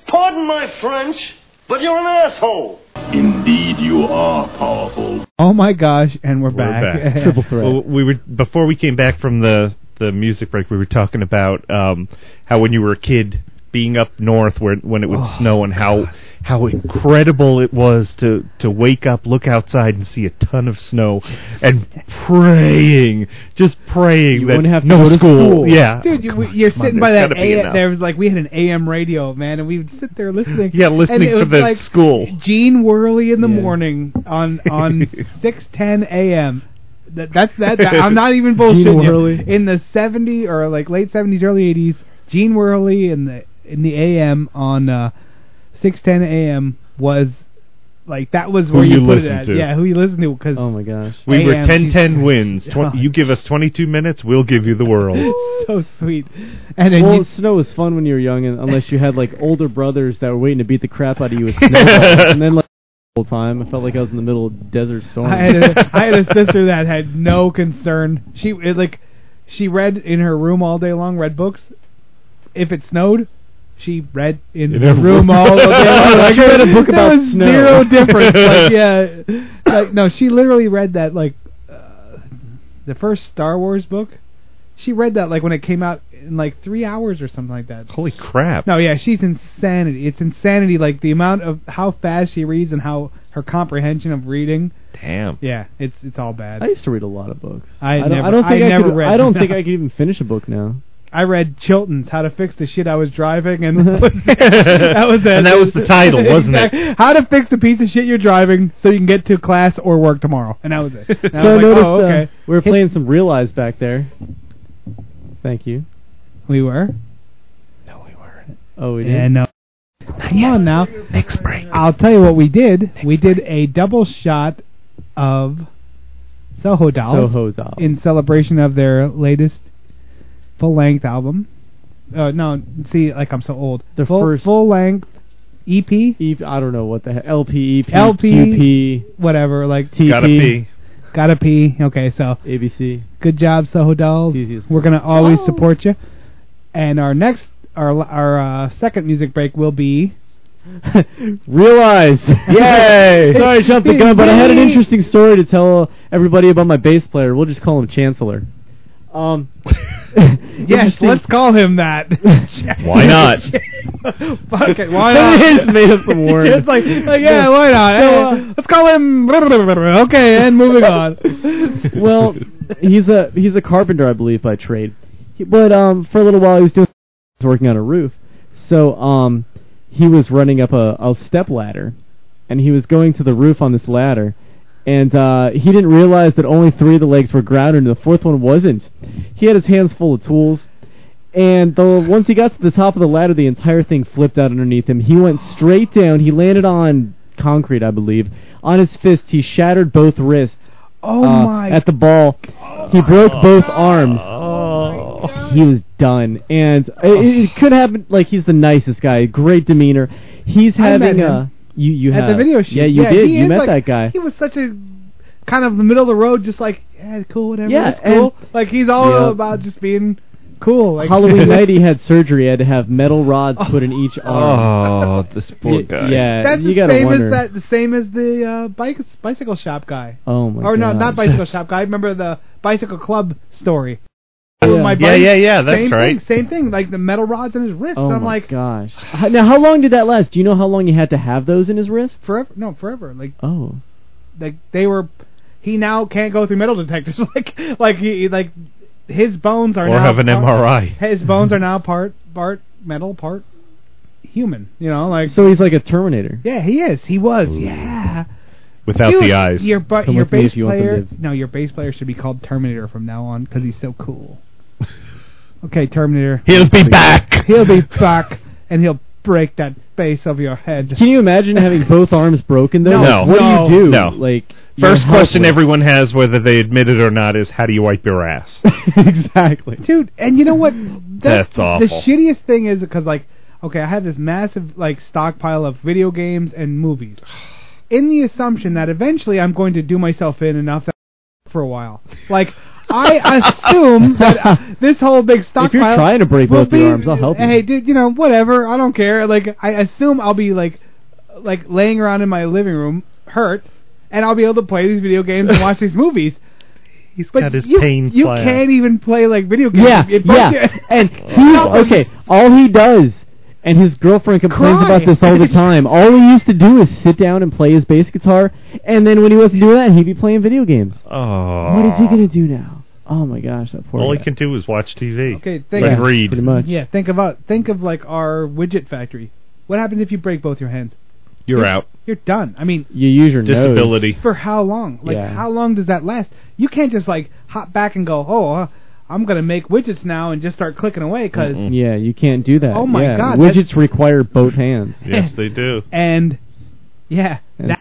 S11: Pardon my French, but you're an asshole.
S7: Indeed, you are powerful.
S8: Oh my gosh, and we're,
S9: back.
S10: Triple threat.
S9: Well, we were before we came back from the the music break. We were talking about um, how when you were a kid, being up north where when it would
S8: Oh,
S9: snow, and how how incredible it was to to wake up, look outside, and see a ton of snow, and praying, just praying
S10: You
S9: that
S10: wouldn't have to
S9: no
S10: go to school.
S9: Yeah,
S8: Dude, you, you're
S9: come on,
S8: sitting by
S9: there's
S8: that
S9: gotta be
S8: AM.
S9: enough.
S8: There was like we had an AM radio, man, and we would sit there listening.
S9: yeah,
S8: And
S9: listening
S8: it
S9: for
S8: was
S9: the
S8: like
S9: school.
S8: Gene Whirly in the
S10: Yeah.
S8: morning on on six ten a.m. That, that's that, that- I'm not even bullshitting
S10: Gene
S8: you.
S10: Whirly.
S8: In the 70 or like late 70s, early 80s, Gene Whirly in the in the a.m. on uh, six ten a.m. was like that was
S9: Who
S8: where
S9: you
S8: you, put it
S9: listened
S8: at.
S9: to.
S8: Yeah, who you listen to? Because
S10: Oh my gosh.
S9: We were
S8: AM,
S9: 10
S8: Jesus
S9: 10
S8: Christ.
S9: wins. Twen- you give us 22 minutes, we'll give you the world.
S8: so sweet. And then
S10: Well,
S8: you,
S10: snow was fun when you were young, and unless you had like older brothers that were waiting to beat the crap out of you with snowballs. and then like the whole time, I felt like I was in the middle of Desert Storm.
S8: I had a, I had a sister that had no concern. She it, like she read in her room all day long, read books. If it snowed, she read in, her room all day long.
S10: She read a book
S8: there
S10: about
S8: was
S10: snow.
S8: Zero difference. Like, yeah, like no, she literally read that like uh, the first Star Wars book. She read that like when it came out in like three hours or something like that.
S9: Holy crap.
S8: No, yeah, she's insanity. It's insanity, like the amount of how fast she reads and how her comprehension of reading.
S9: Damn.
S8: Yeah, it's it's all bad.
S10: I used to read a lot of books.
S8: I
S10: don't,
S8: never-
S10: I don't
S8: I
S10: think I,
S8: never
S10: could,
S8: read.
S10: I don't
S8: No.
S10: think I could even finish a book now.
S8: I read Chilton's How to Fix the Shit I Was Driving, and that was it.
S9: And that was the title, wasn't it?
S8: Exactly. How to fix the piece of shit you're driving so you can get to class or work tomorrow, and that was it. And
S10: so I,
S8: was like,
S10: noticed
S8: oh,
S10: uh,
S8: okay.
S10: we were playing some Real Eyes back there. Thank you.
S8: we were.
S10: Oh, we did.
S8: Yeah, no. Come on now. Next break. I'll tell you what we did. we did a double shot of Soho Dolls.
S10: Soho Doll.
S8: in celebration of their latest full length album. Oh no, see, like I'm so old.
S10: Their
S8: full,
S10: first-
S8: full length EP,
S10: E- I don't know what the heck. LP, EP,
S8: LP.
S10: QP,
S8: whatever. Like
S10: TP,
S9: Gotta be.
S8: gotta pee. Okay, so
S10: ABC.
S8: good job, Soho Dolls.
S10: Easy as-
S8: We're gonna always support you. And our next, our our uh, second music break will be.
S10: Realize.
S9: Yay!
S10: Sorry, I jumped the gun, but I had an interesting story to tell everybody about my bass player. We'll just call him Chancellor. Um,
S8: Yes, let's call him that.
S9: Why not?
S8: Fuck it, why not?
S10: Just made up some words.
S8: It's like, like, yeah, why not?
S10: So,
S8: Eh,
S10: uh,
S8: let's call him. Okay, and moving on.
S10: well, he's a he's a carpenter, I believe, by trade. He, but um, for a little while, he was doing he was working on a roof. So um, he was running up a, a step ladder, and he was going to the roof on this ladder, and uh, he didn't realize that only three of the legs were grounded, and the fourth one wasn't. He had his hands full of tools, and the, once he got to the top of the ladder, the entire thing flipped out underneath him. He went straight down. He landed on concrete, I believe. On his fist, he shattered both wrists.
S8: Oh
S10: uh,
S8: my
S10: At the ball, he broke both arms. He was done, and it, it could happen. Like he's the nicest guy, great demeanor. He's
S8: I met
S10: having
S8: him.
S10: a you you
S8: at
S10: have
S8: the video shoot.
S10: Yeah, you did.
S8: he
S10: You
S8: is,
S10: met that
S8: like-
S10: guy.
S8: He was such a kind of the middle of the road, just like yeah, cool, whatever.
S10: Yeah,
S8: that's cool.
S10: and-
S8: Like he's all
S10: Yeah.
S8: about just being cool. Like
S10: Halloween night, he had surgery. He had to have metal rods put in each arm.
S9: Oh, this poor
S10: Y-
S9: guy.
S10: Yeah,
S8: That's
S10: you
S8: the
S10: gotta
S8: same
S10: wonder.
S8: as that. The same as the uh, bike bicycle shop guy.
S10: Oh my
S8: or no,
S10: God.
S8: not bicycle shop guy. I remember the bicycle club story.
S9: Yeah.
S8: With my
S9: Yeah,
S8: buddy,
S9: yeah, yeah, that's
S8: same
S9: right.
S8: Thing, same thing. Like the metal rods in his wrist.
S10: Oh
S8: and I'm
S10: my
S8: like
S10: gosh! H- Now, how long did that last? Do you know how long he had to have those in his wrist?
S8: forever. No, forever. Like
S10: Oh,
S8: like they were. He now can't go through metal detectors. like like he like his bones are
S9: Or
S8: now
S9: have an
S8: part-
S9: MRI.
S8: His
S10: Mm-hmm.
S8: bones are now part part metal, part human. You know, like
S10: so he's like a Terminator.
S8: yeah, he is. He was. Yeah.
S9: Without
S8: Dude,
S9: the eyes.
S8: Your bu-
S10: Come
S8: your
S10: with me if
S8: bass
S10: you want to
S8: player.
S10: live.
S8: No, your bass player should be called Terminator from now on because he's so cool. Okay, Terminator.
S9: He'll be back.
S8: He'll be back and he'll break that base of your head.
S10: Can you imagine having both arms broken though?
S9: No.
S10: Like, what
S9: No.
S10: do you do?
S9: No.
S10: Like you're
S9: First question
S10: helpless.
S9: everyone has, whether they admit it or not, is how do you wipe your ass?
S10: exactly.
S8: dude. And you know what? That-
S9: That's awful.
S8: The shittiest thing is because like, okay, I have this massive like stockpile of video games and movies, in the assumption that eventually I'm going to do myself in enough that for a while. Like, I assume that uh, this whole big stockpile.
S10: If you're trying to break
S8: will
S10: both your
S8: be-
S10: arms, I'll help you.
S8: Hey, dude, you know whatever. I don't care. Like, I assume I'll be like, like laying around in my living room hurt, and I'll be able to play these video games and watch these movies.
S9: He's
S8: But
S9: got his
S8: you,
S9: pain
S8: you
S9: fly out.
S8: can't even play like video games.
S10: Yeah,
S8: It
S10: yeah.
S8: breaks your-
S10: And he, okay, all he does, and his girlfriend complains
S8: Cry.
S10: about this all the time. All he used to do is sit down and play his bass guitar, and then when he wasn't doing that, he'd be playing video games.
S9: Oh.
S10: What is he gonna do now? Oh my gosh, that poor
S9: All he
S10: guy.
S9: can do is watch TV.
S8: Okay, think
S9: And
S10: Yeah,
S9: read.
S10: pretty much.
S8: yeah. Think about think of like our widget factory. What happens if you break both your hands?
S9: You're out.
S8: You're done. I mean,
S10: You use your nose.
S9: Disability.
S8: for how long? Like
S10: Yeah.
S8: how long does that last? You can't just like hop back and go, oh, uh, I'm gonna make widgets now and just start clicking away because
S10: Yeah, you can't do that.
S8: Oh my
S10: Yeah,
S8: God,
S10: Widgets require both hands.
S9: Yes, they do.
S8: and yeah,
S10: And-
S8: that,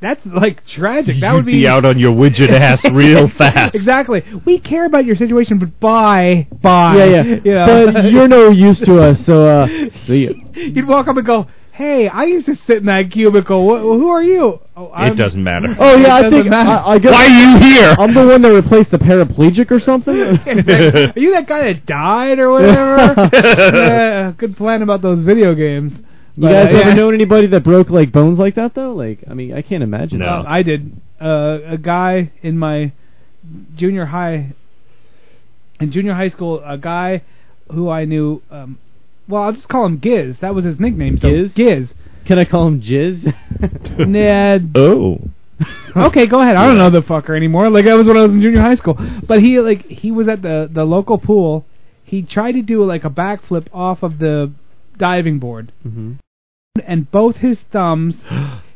S8: that's like tragic. That
S9: You'd
S8: would be
S9: out on your widget ass real fast.
S8: exactly. We care about your situation, but bye, bye.
S10: Yeah, yeah.
S8: You know?
S10: But you're no use to us, so uh, see ya.
S8: You'd walk up and go, "Hey, I used to sit in that cubicle. Wh- who are you?" Oh,
S9: It doesn't matter.
S10: Oh yeah, I
S8: doesn't
S10: think
S8: matter.
S10: I, I guess
S9: Why are you here?
S10: I'm the one that replaced the paraplegic or something.
S8: are you that guy that died or whatever? yeah, good plan about those video games.
S10: You guys ever known anybody that broke like bones like that though? Like, I mean, I can't imagine.
S9: No.
S8: I did. Uh, a guy in my junior high, in junior high school, a guy who I knew. Um, well, I'll just call him Giz. That was his nickname. So
S10: Giz?
S8: Giz.
S10: Can I call him Jizz?
S8: Nah,
S9: Oh.
S8: okay, go ahead. I don't know the fucker anymore. Like that was when I was in junior high school. But he like he was at the the local pool. He tried to do like a backflip off of the diving board,
S10: Mhm.
S8: and both his thumbs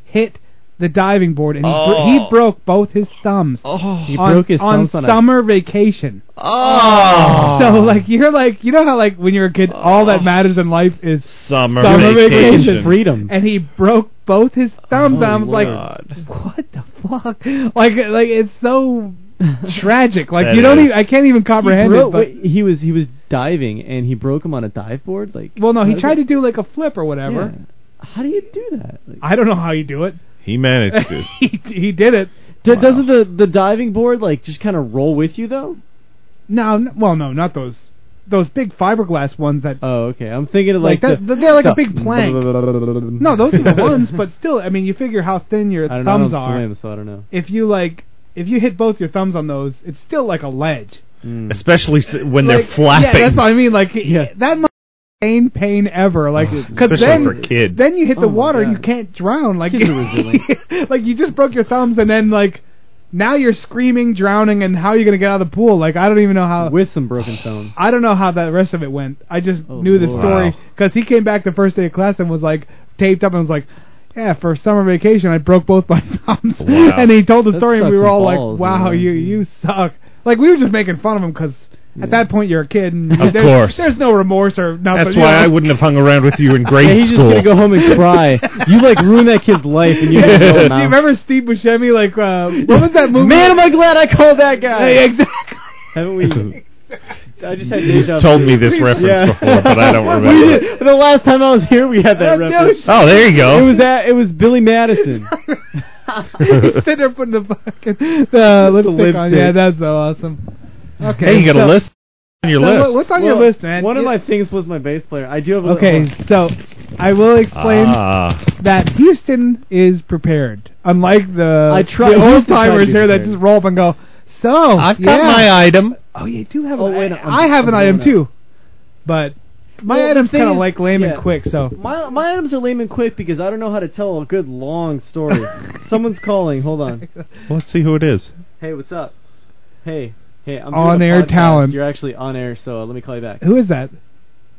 S8: hit the diving board, and he, bro-
S9: Oh.
S8: he broke both his thumbs. Oh.
S10: He
S8: on,
S10: broke his
S8: on
S10: thumbs on a-
S8: summer vacation.
S9: Oh.
S8: So like you're like you know how like when you're a kid, all that matters in life is
S9: Summer,
S8: Summer vacation.
S9: vacation.
S10: Freedom.
S8: and he broke both his thumbs.
S10: Oh,
S8: and I was like,
S9: God.
S8: what the fuck? Like, like it's so tragic. Like
S9: That
S8: you don't
S9: is.
S8: even. I can't even
S10: he,
S8: comprehend
S10: broke,
S8: it. But
S10: wait, he was he was diving and he broke him on a dive board. Like,
S8: well, no, he
S10: how
S8: tried to
S10: did-
S8: do like a flip or whatever.
S10: Yeah. How do you do that? Like,
S8: I don't know how you do it.
S9: He managed it.
S8: he he did it.
S10: d- Doesn't the the diving board like just kind of roll with you though?
S8: No, n- well, no, not those those big fiberglass ones that.
S10: Oh, okay. I'm thinking of
S8: Like
S10: like,
S8: that-
S10: the,
S8: they're like a
S10: the-
S8: big plank. no, those are the ones. But still, I mean, you figure how thin your
S10: I don't
S8: thumbs
S10: know. I
S8: are.
S10: don't swim, so I don't know.
S8: If you like, if you hit both your thumbs on those, it's still like a ledge.
S10: Mm.
S9: Especially s- when
S8: Like,
S9: they're flapping.
S8: Yeah, that's what I mean. Like
S10: Yeah.
S8: that must be the main pain ever. Like because
S9: Oh, Especially
S8: then
S9: for kids.
S8: then you hit the
S10: Oh my
S8: water and you
S10: God.
S8: can't drown. Like
S10: Kids are resilient.
S8: like you just broke your thumbs and then like now you're screaming, drowning, and how are you gonna get out of the pool? Like I don't even know how.
S10: With some broken thumbs.
S8: I don't know how the rest of it went. I just
S10: Oh,
S8: knew the
S10: Lord.
S8: story
S9: Wow.
S8: because he came back the first day of class and was like taped up and was like, yeah, for summer vacation, I broke both my thumbs.
S9: Wow.
S8: and he told the
S9: That
S8: story, and we
S9: sucks
S8: were
S9: his
S8: all
S9: balls,
S8: like, wow,
S9: man.
S8: you you suck. Like, we were just making fun of him because at that point, you're a kid. And
S9: Of
S8: there-
S9: course.
S8: There's no remorse or nothing.
S9: That's
S8: you
S9: why
S8: know?
S9: I wouldn't have hung around with you in grade
S8: Yeah, he's just
S9: school.
S8: gonna go home and
S10: cry. you like ruin that kid's life, and you
S8: Yeah.
S10: just
S8: Do
S10: go
S8: you
S10: now.
S8: remember Steve Buscemi? Like, uh, what was that movie?
S10: Man, am I glad I called that guy.
S8: Yeah, exactly.
S10: Haven't we? I just had
S9: You've
S10: deja vu.
S9: told me this
S10: We-
S9: reference
S10: yeah.
S9: before, but I don't
S10: We
S9: remember it.
S10: did- The last time I was here, we had that
S8: no
S10: reference.
S9: shit. Oh, there you go.
S10: It was that. It was Billy Madison.
S8: He's sitting there putting the fucking the lipstick, on.
S10: lipstick.
S8: Yeah, that's so awesome. Okay.
S9: Hey, you got a
S8: so-
S9: list on your
S8: so
S9: list.
S8: what- What's on your
S10: Well,
S8: list, man?
S10: One of
S8: You-
S10: my things was my bass player. I do have. A
S8: Okay, so I will explain
S9: Ah.
S8: that Houston is prepared, unlike the,
S10: I try-
S8: the
S10: I always
S8: old
S10: try to
S8: timers
S10: be
S8: here that
S10: prepared.
S8: just roll up and go. So
S9: I've
S8: yeah.
S9: got my item.
S8: Oh, you do have.
S10: Oh,
S8: an,
S10: wait,
S8: I-
S10: I'm-
S8: I have an
S10: I'm
S8: item
S10: doing it.
S8: too, but my
S10: Well, the
S8: item's
S10: thing
S8: kind of
S10: is-
S8: like lame
S10: yeah.
S8: and quick. So
S10: My my items are lame and quick because I don't know how to tell a good long story. Someone's calling. Hold on.
S9: Let's see who it is.
S10: Hey, what's up? Hey, hey, I'm doing a
S8: On-air
S10: podcast.
S8: talent.
S10: You're actually on air, so uh, let me call you back.
S8: who is that?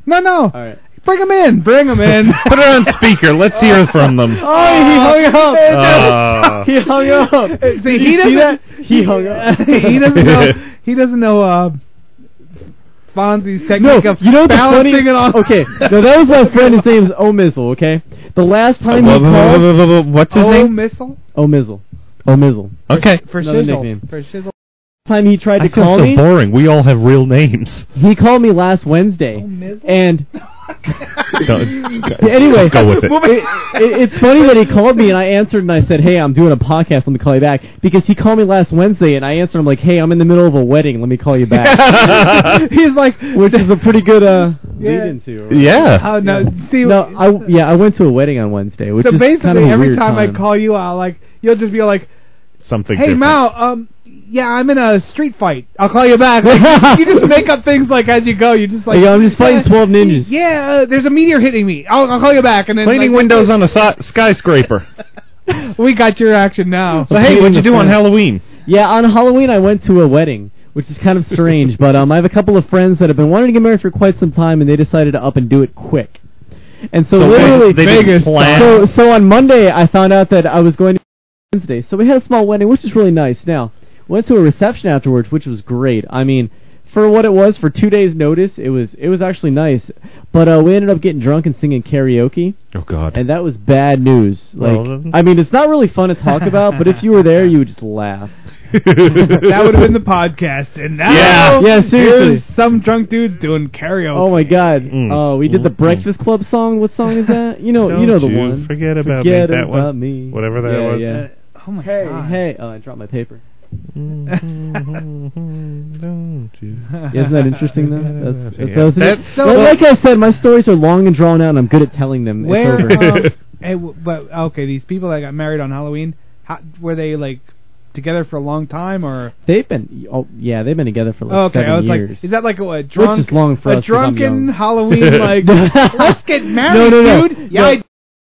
S8: No, no,
S10: All right.
S8: bring him in, bring him in.
S9: Put it on speaker. Let's hear from them.
S10: Oh, he hung up.
S9: Ah.
S10: he hung up.
S8: See,
S10: Did you
S8: he
S10: see
S8: doesn't.
S10: that? He hung up.
S8: he doesn't know. He doesn't know. Uh, Fonzie's
S10: No,
S8: technique of
S10: you know what the funny?
S8: balancing it on.
S10: Okay, now that was my friend. His name's O'Mizzle. Okay, the last time he called,
S9: What's his
S8: oh,
S9: name?
S8: missile
S10: O'Mizzle, O'Mizzle.
S9: Okay.
S8: for
S10: Another
S8: shizzle.
S10: nickname.
S8: For shizzle.
S10: Last time he tried to
S9: I feel
S10: call
S9: so
S10: me,
S9: boring. We all have real names.
S10: he called me last Wednesday, and
S9: anyway,
S10: anyway,
S9: just go with it.
S10: it- it- it's funny that he called me and I answered and I said, "Hey, I'm doing a podcast. Let me call you back." Because he called me last Wednesday and I answered him like, "Hey, I'm in the middle of a wedding. Let me call you back,"
S8: He's like,
S10: which is a pretty good uh,
S8: Yeah.
S10: lead into. or-
S9: yeah.
S8: oh no, see,
S10: No, I yeah, I went to a wedding on Wednesday, which
S8: so
S10: is
S8: basically
S10: kind of a
S8: every
S10: weird
S8: time,
S10: time
S8: I call you, I like you'll just be like,
S9: Something
S8: hey
S9: different.
S8: Mao, um, yeah, I'm in a street fight. I'll call you back. Like, you just make up things like as you go. You just like,
S10: Yeah, I'm just fighting
S8: yeah,
S10: 12 ninjas.
S8: Yeah, uh, there's a meteor hitting me. I'll, I'll call you back. And then
S9: Cleaning
S8: like,
S9: windows on a so- skyscraper.
S8: We got your action now.
S9: So hey, what'd you do on
S10: friend.
S9: Halloween?
S10: Yeah, on Halloween I went to a wedding, which is kind of strange, but um, I have a couple of friends that have been wanting to get married for quite some time, and they decided to up and do it quick. And so,
S9: So they-
S10: literally,
S9: they didn't Vegas plan.
S10: So, so on Monday I found out that I was going to Wednesday, so we had a small wedding, which is really nice. Now went to a reception afterwards, which was great. I mean. For what it was, for two days' notice, it was it was actually nice. But uh, we ended up getting drunk and singing karaoke,
S9: Oh God.
S10: and that was bad news. Like,
S9: Well, then-
S10: I mean, it's not really fun to talk about, but if you were there, you would just laugh.
S8: That
S9: that
S8: would have been the podcast. And now,
S9: Yeah.
S10: Yeah, seriously.
S8: here's some drunk dudes doing karaoke.
S10: Oh my God!
S9: Mm.
S10: Oh, we did the
S9: Mm.
S10: Breakfast Club song. What song is that? You know, you know the one.
S9: Forget about
S10: Forget
S9: me. That
S10: about
S9: one.
S10: me.
S9: Whatever that
S10: yeah,
S9: was.
S10: Yeah.
S8: Oh my
S10: Hey,
S8: god.
S10: hey! Oh, I dropped my paper.
S9: Don't you?
S10: Yeah, isn't that interesting? though? That's,
S9: Yeah.
S10: that's, that's,
S9: That's-
S10: Well, like I said, my stories are long and drawn out, and I'm good at telling them. It's
S8: Where,
S10: over.
S8: um, hey, w- but okay, these people that got married on Halloween, how, were they like together for a long time or?
S10: they've been? Oh, yeah, they've been together for like
S8: Oh, okay,
S10: seven
S8: I was
S10: years.
S8: like, is that like a, a drunk,
S10: is long for
S8: a
S10: us 'cause I'm
S8: drunken
S10: young.
S8: Halloween like? let's get married,
S10: No, no, no.
S8: dude. Yeah,
S10: No.
S8: I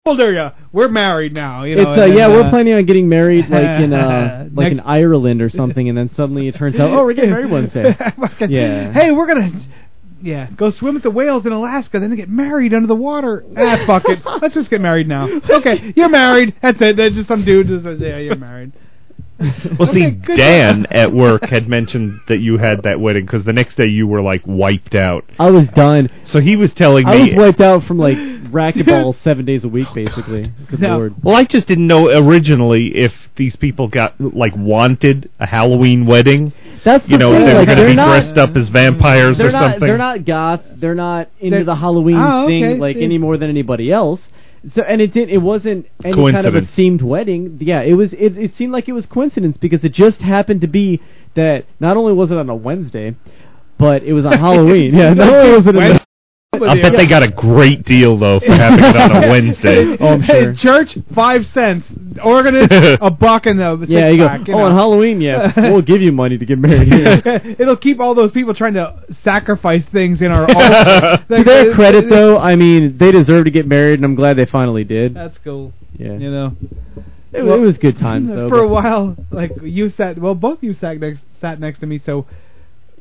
S8: older ya. We're married now. You know.
S10: it's uh,
S8: and
S10: yeah,
S8: then,
S10: we're
S8: uh,
S10: planning on getting married like in uh, like in
S8: Next-
S10: Ireland or something, and then suddenly it turns out, oh, we're getting married Wednesday.
S8: Fucking-
S10: Yeah.
S8: Hey, we're gonna. Yeah, go swim with the whales in Alaska, then they get married under the water. Ah, fuck it. Let's just get married now. Okay, you're married. That's it. That's just some dude. Just says, yeah, you're married.
S9: Well,
S8: Okay,
S9: see,
S8: good
S9: Dan at work had mentioned that you had that wedding because the next day you were like wiped out.
S10: I was done.
S9: So he was telling
S10: I was
S9: me.
S10: wiped out from like racquetball seven days a week, basically. Good
S8: No.
S10: lord.
S9: well, I just didn't know originally if these people got like wanted a Halloween wedding.
S10: That's the
S9: You know,
S10: thing.
S9: if they were
S10: like,
S9: going to
S10: they're
S9: be
S10: not,
S9: dressed up as vampires
S10: they're
S9: or
S10: not,
S9: something.
S10: They're not goth. They're not into
S8: They're-
S10: the Halloween
S8: Oh,
S10: thing
S8: okay.
S10: like
S8: Yeah.
S10: any more than anybody else. So and it didn't. It wasn't any kind of a
S9: Coincidence.
S10: themed wedding. Yeah, it was. It, it seemed like it was coincidence because it just happened to be that not only was it on a Wednesday, but it was on Halloween. Yeah, not only was it. on a-
S9: I'll bet they got a great deal though for having it on a Wednesday.
S10: Oh, I'm
S8: Hey,
S10: sure.
S8: church, five cents. Organist, a buck and a six
S10: Yeah, you go.
S8: pack,
S10: oh, on
S8: know.
S10: Halloween, yeah, we'll give you money to get married. Here.
S8: It'll keep all those people trying to sacrifice things in our. altar.
S10: to their credit, though, I mean, they deserve to get married, and I'm glad they finally did.
S8: that's cool.
S10: Yeah,
S8: You know,
S10: it, it was good times though.
S8: for a
S10: but
S8: while, like you sat. Well, both you sat next sat next to me, so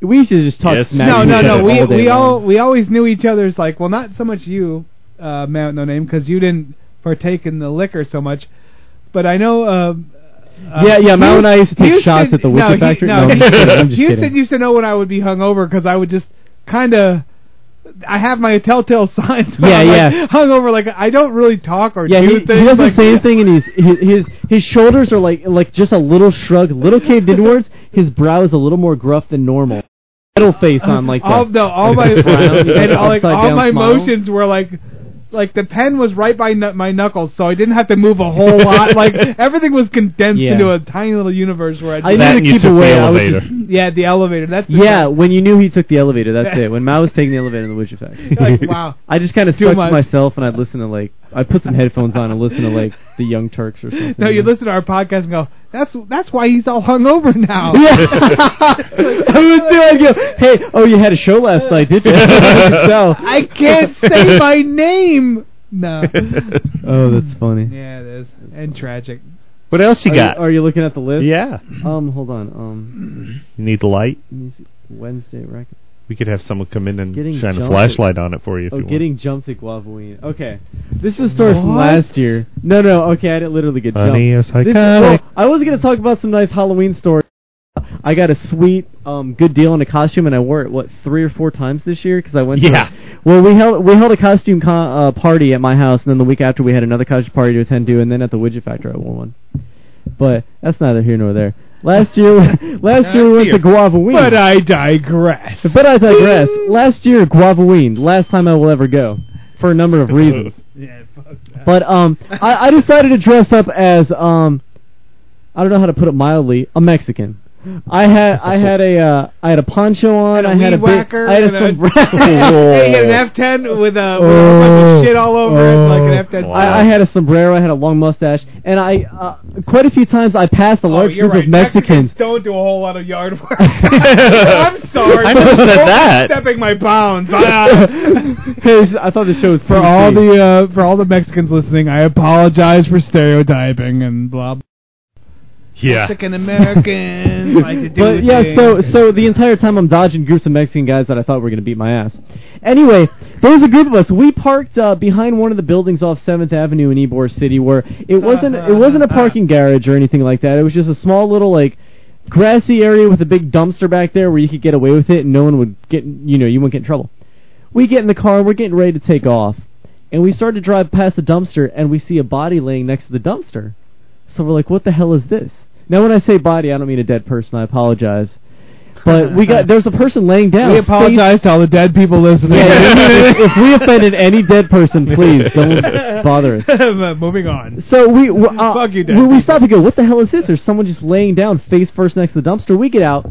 S10: we should just talk
S9: Yes.
S10: smack.
S8: no,
S10: to
S8: no,
S10: each
S8: no.
S10: other
S8: We
S10: all day
S8: we
S10: long.
S8: all we always knew each other's like. Well, not so much you, uh, Mount No Name, because you didn't partake in the liquor so much. But I know. Uh, uh,
S10: Yeah, yeah, Mao and I used to take
S8: Houston-
S10: shots at the
S8: no,
S10: Whiskey
S8: he-
S10: Factory.
S8: No,
S10: No, I'm just kidding, I'm just
S8: Houston
S10: kidding.
S8: used to know when I would be hungover because I would just kind of. I have my telltale signs. when
S10: Yeah,
S8: I'm, like,
S10: yeah.
S8: hungover, like I don't really talk or
S10: Yeah,
S8: do
S10: he, he
S8: things.
S10: does
S8: like,
S10: the same thing, and he's his, his his shoulders are like like just a little shrug, little caved inwards. His brow is a little more gruff than normal. Metal face on like
S8: all
S10: that.
S8: Oh, no, all my and all, like, all my motions were like like the pen was right by nu- my knuckles, so I didn't have to move a whole lot. Like everything was condensed
S10: Yeah.
S8: into a tiny little universe where I,
S10: I
S8: just-
S10: need to keep away. I was just-
S8: yeah, the elevator. That's the
S10: yeah, when you knew he took the elevator, that's it. When Mao was taking the elevator in the Witch Effect,
S8: Like, wow.
S10: I just kind of
S8: Too
S10: stuck
S8: much.
S10: to myself, and I'd listen to like I'd put some headphones on and listen to like the Young Turks or something.
S8: No, you listen to our podcast and go, that's that's why he's all hungover now.
S10: I would do. I'd go, hey, oh, you had a show last night, did you? I could tell.
S8: I can't say my name. No.
S10: Oh, that's funny.
S8: Yeah, it is. And tragic.
S9: What else you
S10: Are
S9: got?
S10: are you looking at the list?
S9: yeah.
S10: Um, hold on. Um,
S9: You need the light?
S10: let me see. Wednesday record.
S9: We could have someone come in and
S10: Getting
S9: shine a
S10: jumped.
S9: flashlight on it for you if
S10: Oh,
S9: you
S10: getting jumped at Guavawin. Okay, this is a story from
S8: What?
S10: last year. No, no. Okay, I didn't literally get
S9: want. Honey,
S10: jumped.
S9: yes, I
S10: This-
S9: can.
S10: well, I was gonna talk about some nice Halloween stories. I got a sweet, um, good deal on a costume, and I wore it what three or four times this year because I went. to-
S9: Yeah.
S10: well, we held we held a costume con- uh, party at my house, and then the week after we had another costume party to attend to, and then at the Widget Factory I wore one. But that's neither here nor there. Last year, last year we went to Guava Ween.
S9: uh,
S8: But I digress.
S10: But I digress. Last year, Guava Ween. Last time I will ever go, for a number of reasons.
S8: Yeah, fuck that.
S10: But um, I, I decided to dress up as um, I don't know how to put it mildly, a Mexican. I had I had a uh, I had a poncho on.
S8: And a
S10: I had
S8: weed
S10: a big-
S8: whacker
S10: I had a
S8: and a-
S10: sombrero.
S8: Hey,
S9: Oh.
S8: you had an F10 with a, with a bunch of shit all over it, like an F10.
S9: Oh.
S10: I, I had a sombrero. I had a long mustache, and I uh, quite a few times I passed a
S8: Oh,
S10: large
S8: you're
S10: group
S8: right.
S10: of Mexicans.
S8: don't do a whole lot of yard work. I'm sorry.
S9: I never said that.
S8: Stepping my Ah. bounds.
S10: Hey, I thought the show was
S8: for
S10: PG.
S8: all the uh, for all the Mexicans listening, I apologize for stereotyping and blah. blah.
S9: yeah.
S8: Mexican Americans like to do.
S10: but yeah,
S8: things.
S10: so so the entire time I'm dodging groups of Mexican guys that I thought were gonna beat my ass. Anyway, there was a group of us. We parked uh, behind one of the buildings off Seventh Avenue in Ybor City, where it wasn't it wasn't a parking garage or anything like that. It was just a small little like grassy area with a big dumpster back there where you could get away with it and no one would get you know you wouldn't get in trouble. We get in the car, we're getting ready to take off, and we start to drive past the dumpster, and we see a body laying next to the dumpster. So we're like, what the hell is this? Now, when I say body, I don't mean a dead person. I apologize. But we got there's a person laying down.
S8: we apologize to all the dead people listening.
S10: Yeah, if, if we offended any dead person, please don't bother us.
S8: Moving on.
S10: So we w- uh,
S8: Fuck you, Dad.
S10: we, we stop and go, what the hell is this? There's someone just laying down face first next to the dumpster. We get out,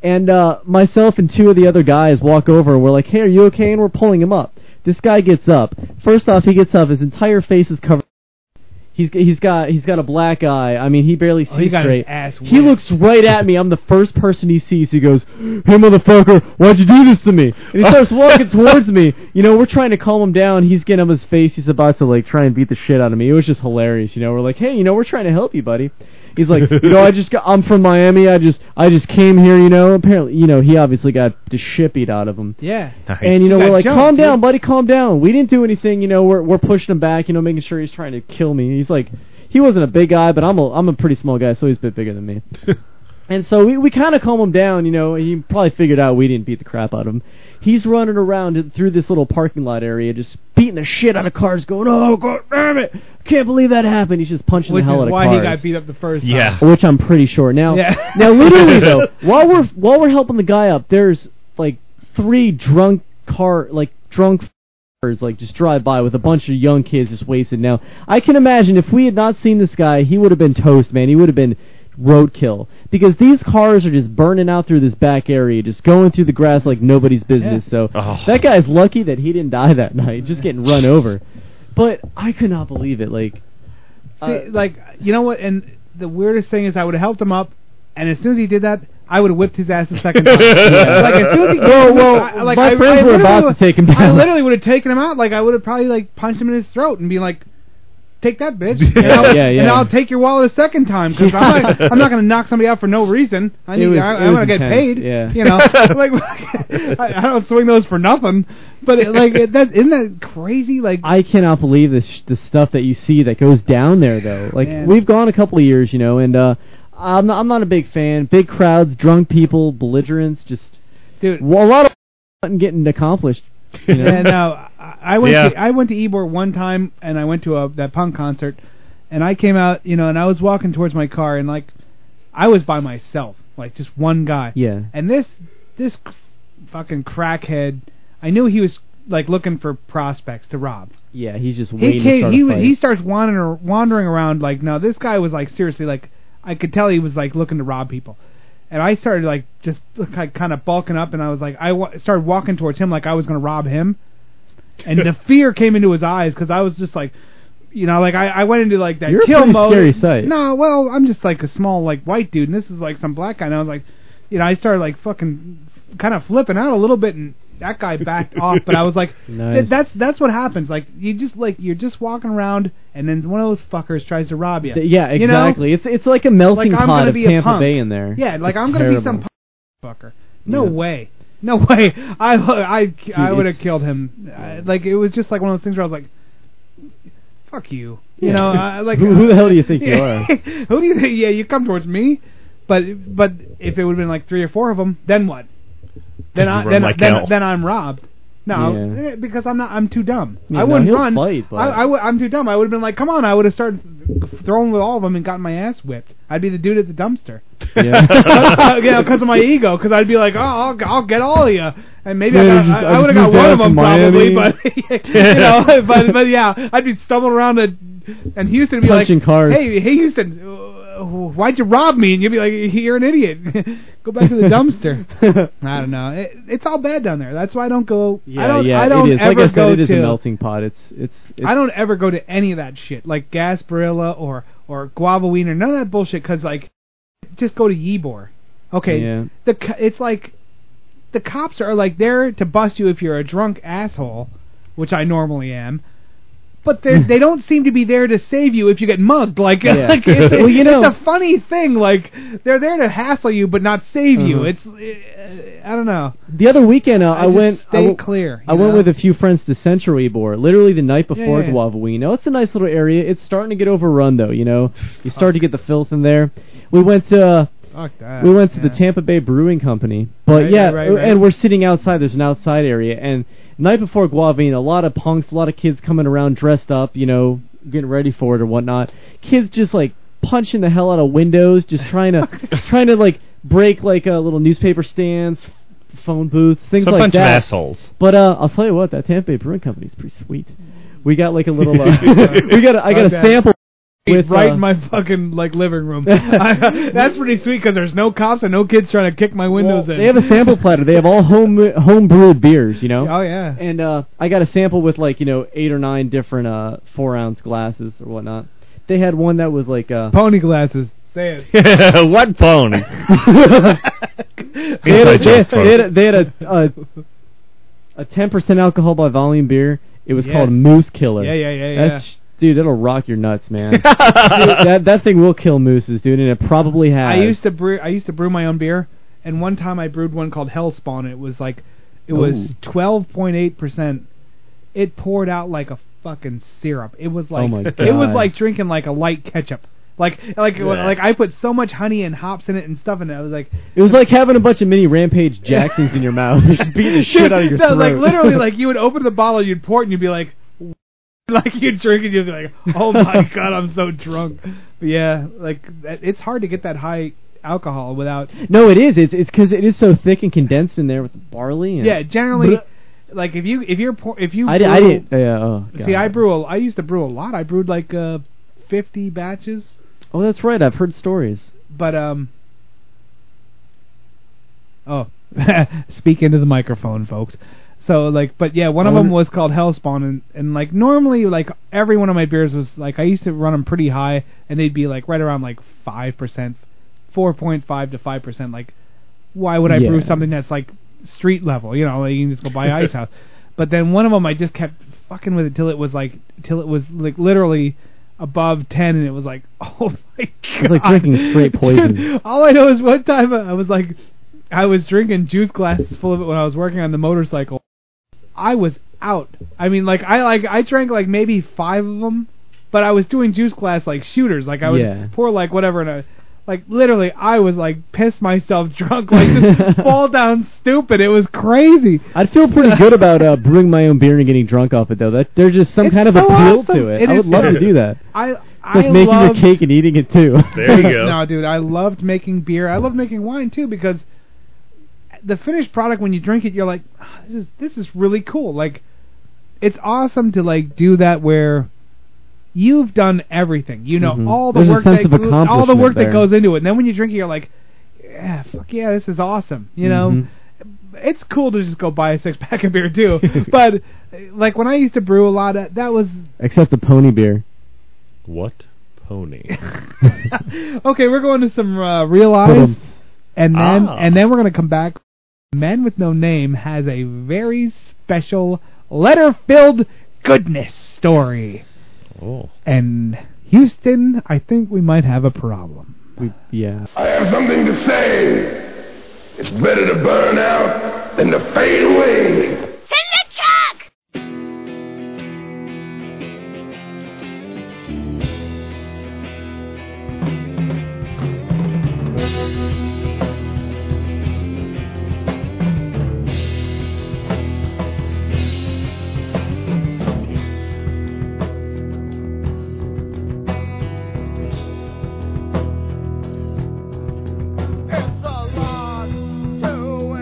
S10: and uh, myself and two of the other guys walk over, and we're like, hey, are you okay? And we're pulling him up. This guy gets up. First off, he gets up. His entire face is covered. He's he's got he's got a black eye. I mean, he barely sees
S8: Oh, he got his
S10: straight.
S8: ass
S10: he
S8: whipped.
S10: looks right at me. I'm the first person he sees. He goes, "Hey, motherfucker, why'd you do this to me?" And he starts walking towards me. You know, we're trying to calm him down. He's getting on his face. He's about to like try and beat the shit out of me. It was just hilarious. You know, we're like, "Hey, you know, we're trying to help you, buddy." He's like, "You know, I just got. I'm from Miami. I just I just came here. You know, apparently, you know, he obviously got the shit beat out of him."
S8: Yeah.
S10: And you know
S8: Got
S10: we're like,
S8: jumped,
S10: calm
S8: dude.
S10: down, buddy, calm down. We didn't do anything. You know, we're we're pushing him back. You know, making sure he's trying to kill me. He's like, he wasn't a big guy, but I'm a I'm a pretty small guy, so he's a bit bigger than me. and so we we kind of calm him down. You know, he probably figured out we didn't beat the crap out of him. He's running around through this little parking lot area, just beating the shit out of cars, going, "Oh god damn it, can't believe that happened." He's just punching
S8: Which
S10: the hell
S8: is
S10: out
S8: why
S10: of
S8: he
S10: cars
S8: got beat up the first time.
S9: Yeah.
S10: which I'm pretty sure. Now,
S8: Yeah.
S10: now literally though, while we're while we're helping the guy up, there's like three drunk car like drunk f***ers, like just drive by with a bunch of young kids just wasted. Now, I can imagine if we had not seen this guy, he would have been toast, man. He would have been roadkill because these cars are just burning out through this back area, just going through the grass like nobody's business. So
S9: Oh.
S10: that guy's lucky that he didn't die that night, just getting run over. But I could not believe it. Like, uh,
S8: See, like you know what? And the weirdest thing is, I would have helped him up, and as soon as he did that, I would have whipped his ass a second time. Like as soon as he
S10: Whoa, whoa,
S8: I, like,
S10: my
S8: I,
S10: friends were
S8: I literally
S10: about
S8: would-
S10: to take him
S8: I
S10: down.
S8: literally would have taken him out. Like I would have probably like punched him in his throat and be like, take that bitch.
S10: Yeah,
S8: and I'll,
S10: yeah, yeah.
S8: And I'll take your wallet a second time because I'm not, I'm not going to knock somebody out for no reason. I
S10: It
S8: need,
S10: was-
S8: I,
S10: it
S8: I
S10: was
S8: want to get
S10: intense,
S8: paid.
S10: yeah.
S8: You know, like I, I don't swing those for nothing. But it, like it, that isn't that crazy? Like
S10: I cannot believe this sh- the stuff that you see that goes down there though. Like
S8: Man.
S10: we've gone a couple of years, you know, and uh I'm not, I'm not a big fan. Big crowds, drunk people, belligerents, just
S8: Dude.
S10: Well, a lot of nothing getting accomplished. You know?
S8: Yeah, no, I uh, I went
S9: Yeah.
S8: to I went to Ebor one time, and I went to a that punk concert, and I came out, you know, and I was walking towards my car, and like, I was by myself, like just one guy,
S10: Yeah.
S8: and this this c- fucking crackhead, I knew he was like looking for prospects to rob.
S10: Yeah, he's just waiting
S8: He
S10: to
S8: came,
S10: start
S8: he
S10: a
S8: wa-
S10: fight.
S8: he starts wandering wandering around like no, this guy was like seriously like I could tell he was like looking to rob people. And I started like just like, kind of bulking up, and I was like, I wa- started walking towards him like I was gonna rob him, and the fear came into his eyes because I was just like, you know, like I, I went into like that
S10: You're a
S8: kill
S10: pretty
S8: mode.
S10: scary sight.
S8: No, well, I'm just like a small like white dude, and this is like some black guy, and I was like, you know, I started like fucking kind of flipping out a little bit, and that guy backed off, but I was like,
S10: Nice.
S8: th- that's that's what happens. Like you just like you're just walking around, and then one of those fuckers tries to rob you.
S10: Th- yeah,
S8: You know?
S10: exactly. It's it's like a melting
S8: Like, I'm
S10: pot
S8: gonna
S10: of
S8: be a
S10: Tampa
S8: punk.
S10: Bay in there.
S8: Yeah, like
S10: It's
S8: I'm gonna be some
S10: terrible.
S8: fucker. No
S10: Yeah.
S8: way. No way. I I I would have
S10: it's-
S8: killed him. I, like it was just like one of those things where I was like, "Fuck you," you know. I, like
S10: who, who the hell do you think you are?
S8: who do you think? Yeah, you come towards me, but but if it would have been like three or four of them, then what? Then
S9: You
S8: I
S9: run
S8: then,
S9: like
S8: then,
S9: hell.
S8: then I'm robbed. No,
S10: Yeah.
S8: eh, because I'm not. I'm too dumb.
S10: Yeah,
S8: I
S10: no,
S8: wouldn't
S10: he'll
S8: run.
S10: fight, but-
S8: I, I would, I'm too dumb. I would have been like, come on. I would have started throwing with all of them and gotten my ass whipped. I'd be the dude at the dumpster.
S10: Yeah.
S8: yeah, because of my ego. Because I'd be like, oh, I'll, I'll get all of you, and maybe
S10: Yeah,
S8: I, got,
S10: just-
S8: I,
S10: I
S8: I would have
S10: just
S8: got
S10: moved
S8: one
S10: down
S8: of
S10: from
S8: them probably,
S10: Miami.
S8: but you know, but but yeah, I'd be stumbling around and and Houston would be
S10: Punching
S8: like,
S10: cars.
S8: hey, hey, Houston, uh, why'd you rob me? And you'd be like, you're an idiot. go back to the dumpster. I don't know. It, it's all bad down there. That's why I don't go.
S10: Yeah,
S8: I don't,
S10: yeah,
S8: I don't
S10: it is.
S8: ever
S10: like I said,
S8: go
S10: it is
S8: to.
S10: a melting pot. It's it's. it's
S8: I don't ever go to any of that shit, like Gasparilla or or Guava Wiener, none of that bullshit. Cause like, just go to Ybor. Okay,
S10: Yeah.
S8: the co- it's like the cops are like there to bust you if you're a drunk asshole, which I normally am. But they they don't seem to be there to save you if you get mugged. Like,
S10: Yeah.
S8: like it's,
S10: Well, you know-
S8: it's a funny thing. Like they're there to hassle you but not save you.
S10: Uh-huh.
S8: It's uh, I don't know.
S10: The other weekend, uh, I,
S8: I, just
S10: went.
S8: stay
S10: I went-
S8: clear.
S10: I
S8: you
S10: went
S8: know?
S10: with a few friends to Central Ybor, literally the night before
S8: yeah, yeah.
S10: Guavawino. It's a nice little area. It's starting to get overrun though, you know. You start to get the filth in there. We went to uh,
S8: Fuck that.
S10: we went to the
S8: yeah.
S10: Tampa Bay Brewing Company, but
S8: Right,
S10: yeah,
S8: right, right, right.
S10: and we're sitting outside. There's an outside area, and night before Guavine, a lot of punks, a lot of kids coming around dressed up, you know, getting ready for it or whatnot. Kids just like punching the hell out of windows, just trying to trying to like break like uh, little newspaper stands, phone booths, things
S9: So a
S10: like
S9: bunch
S10: that.
S9: of assholes.
S10: But uh, I'll tell you what, that Tampa Bay Brewing Company is pretty sweet. We got like a little. Uh, we got. A, I got a
S8: Okay.
S10: sample. With,
S8: right
S10: uh,
S8: in my fucking like living room. I, that's pretty sweet because there's no cops and no kids trying to kick my windows in.
S10: They have a sample platter. They have all home home brewed beers. You know.
S8: Oh yeah.
S10: And uh, I got a sample with like you know eight or nine different uh, four ounce glasses or whatnot. They had one that was like uh,
S8: Pony glasses. Say it.
S9: what pony?
S10: they had, a,
S9: Inside
S10: they,
S9: joke,
S10: had, they had a
S9: folks.
S10: they had a a ten percent alcohol by volume beer. It was called
S8: Yes.
S10: Moose Killer.
S8: Yeah, yeah, yeah, yeah.
S10: That's dude, that'll rock your nuts, man. Dude, that that thing will kill mooses, dude, and it probably has.
S8: I used to brew. I used to brew my own beer, and one time I brewed one called Hellspawn. And it was like, it was twelve point eight percent. It poured out like a fucking syrup. It was like
S10: Oh my
S8: it was
S10: God.
S8: like drinking like a light ketchup. Like like like I put so much honey and hops in it and stuff, and I was like,
S10: It was like having a bunch of mini Rampage Jacksons in your mouth, just beating the shit out of your
S8: no,
S10: throat.
S8: like literally, like you would open the bottle, you'd pour it, and you'd be like, like you'd drink, and you'd be like, oh my god, I'm so drunk. But yeah, like that, it's hard to get that high alcohol without.
S10: no, it is. It's it's because it is so thick and condensed in there with the barley. And
S8: Yeah, generally,
S10: Bleh.
S8: like if you if you're pour, if you
S10: uh, I, di- I
S8: brew-
S10: didn't. Yeah, oh, God.
S8: see, I brew. A, I used to brew a lot. I brewed like uh, fifty batches,
S10: Oh, that's right. I've heard stories.
S8: but um. Oh, speak into the microphone, folks. So like, but yeah, one
S10: I
S8: of them
S10: wonder-
S8: was called Hellspawn, and and like normally like every one of my beers was like I used to run them pretty high, and they'd be like right around like five percent, four point five to five percent. Like, why would I
S10: Yeah.
S8: brew something that's like street level? You know, like you can just go buy Ice House. But then one of them I just kept fucking with it till it was like till it was like literally above 10 and it was like oh my god
S10: It's like drinking straight poison.
S8: all I know is one time I was like, I was drinking juice glasses full of it when I was working on the motorcycle. I was out. I mean, like I like I drank like maybe five of them, but I was doing juice glass like shooters. Like I would
S10: Yeah.
S8: pour like whatever and I. Like literally, I was like piss myself drunk, like just fall down stupid. It was crazy.
S10: I'd feel pretty good about uh, brewing my own beer and getting drunk off it though. That there's just some
S8: It's
S10: kind of
S8: so
S10: appeal
S8: awesome.
S10: to it.
S8: It
S10: I
S8: is
S10: would love
S8: so-
S10: to do that.
S8: I I
S10: Like making
S8: loved
S10: the cake and eating it too.
S9: There you go.
S8: no, dude, I loved making beer. I loved making wine too because the finished product when you drink it, you're like, "Ah, this is this is really cool. Like, it's awesome to like do that where you've done everything. You know
S10: Mhm.
S8: all the
S10: There's a
S8: work
S10: sense
S8: that
S10: of
S8: goes- all the
S10: accomplishment
S8: work
S10: there.
S8: that goes into it. And then when you drink it, you're like, yeah, fuck yeah, this is awesome. You know
S10: Mhm.
S8: it's cool to just go buy a six pack of beer too. but uh, like when I used to brew a lot, of, that was
S10: Except the pony beer.
S9: What pony?
S8: okay. We're going to some uh, real eyes,
S10: Ba-dum.
S8: and then
S9: Ah.
S8: and then we're gonna come back. Men with no name has a very special letter filled goodness story,
S9: oh.
S8: and Houston, I think we might have a problem.
S10: We, yeah.
S11: I have something to say. It's better to burn out than to fade away.
S12: It's a lot to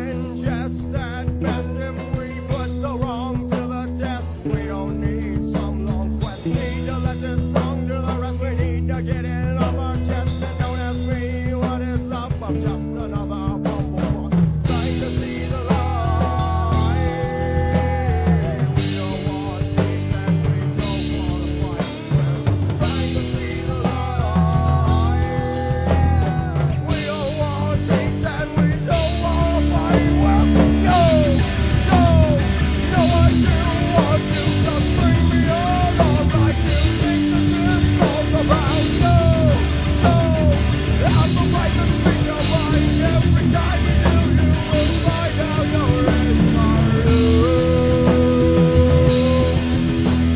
S12: ingest at best if we put the wrong to the test. We don't need some long quest. Need to let this song do the rest. We need to get it off our chest. And don't ask me what is up. I'm just another bumble trying to see the light. We don't want peace and we don't want to fight. We're trying to see the light. We don't want peace and we don't want to fight. Well, no, no, no, I do want you to bring me along. I do think that this song's about no, no. I'm the right to speak your mind. Every time you do, you will find out you're in my room.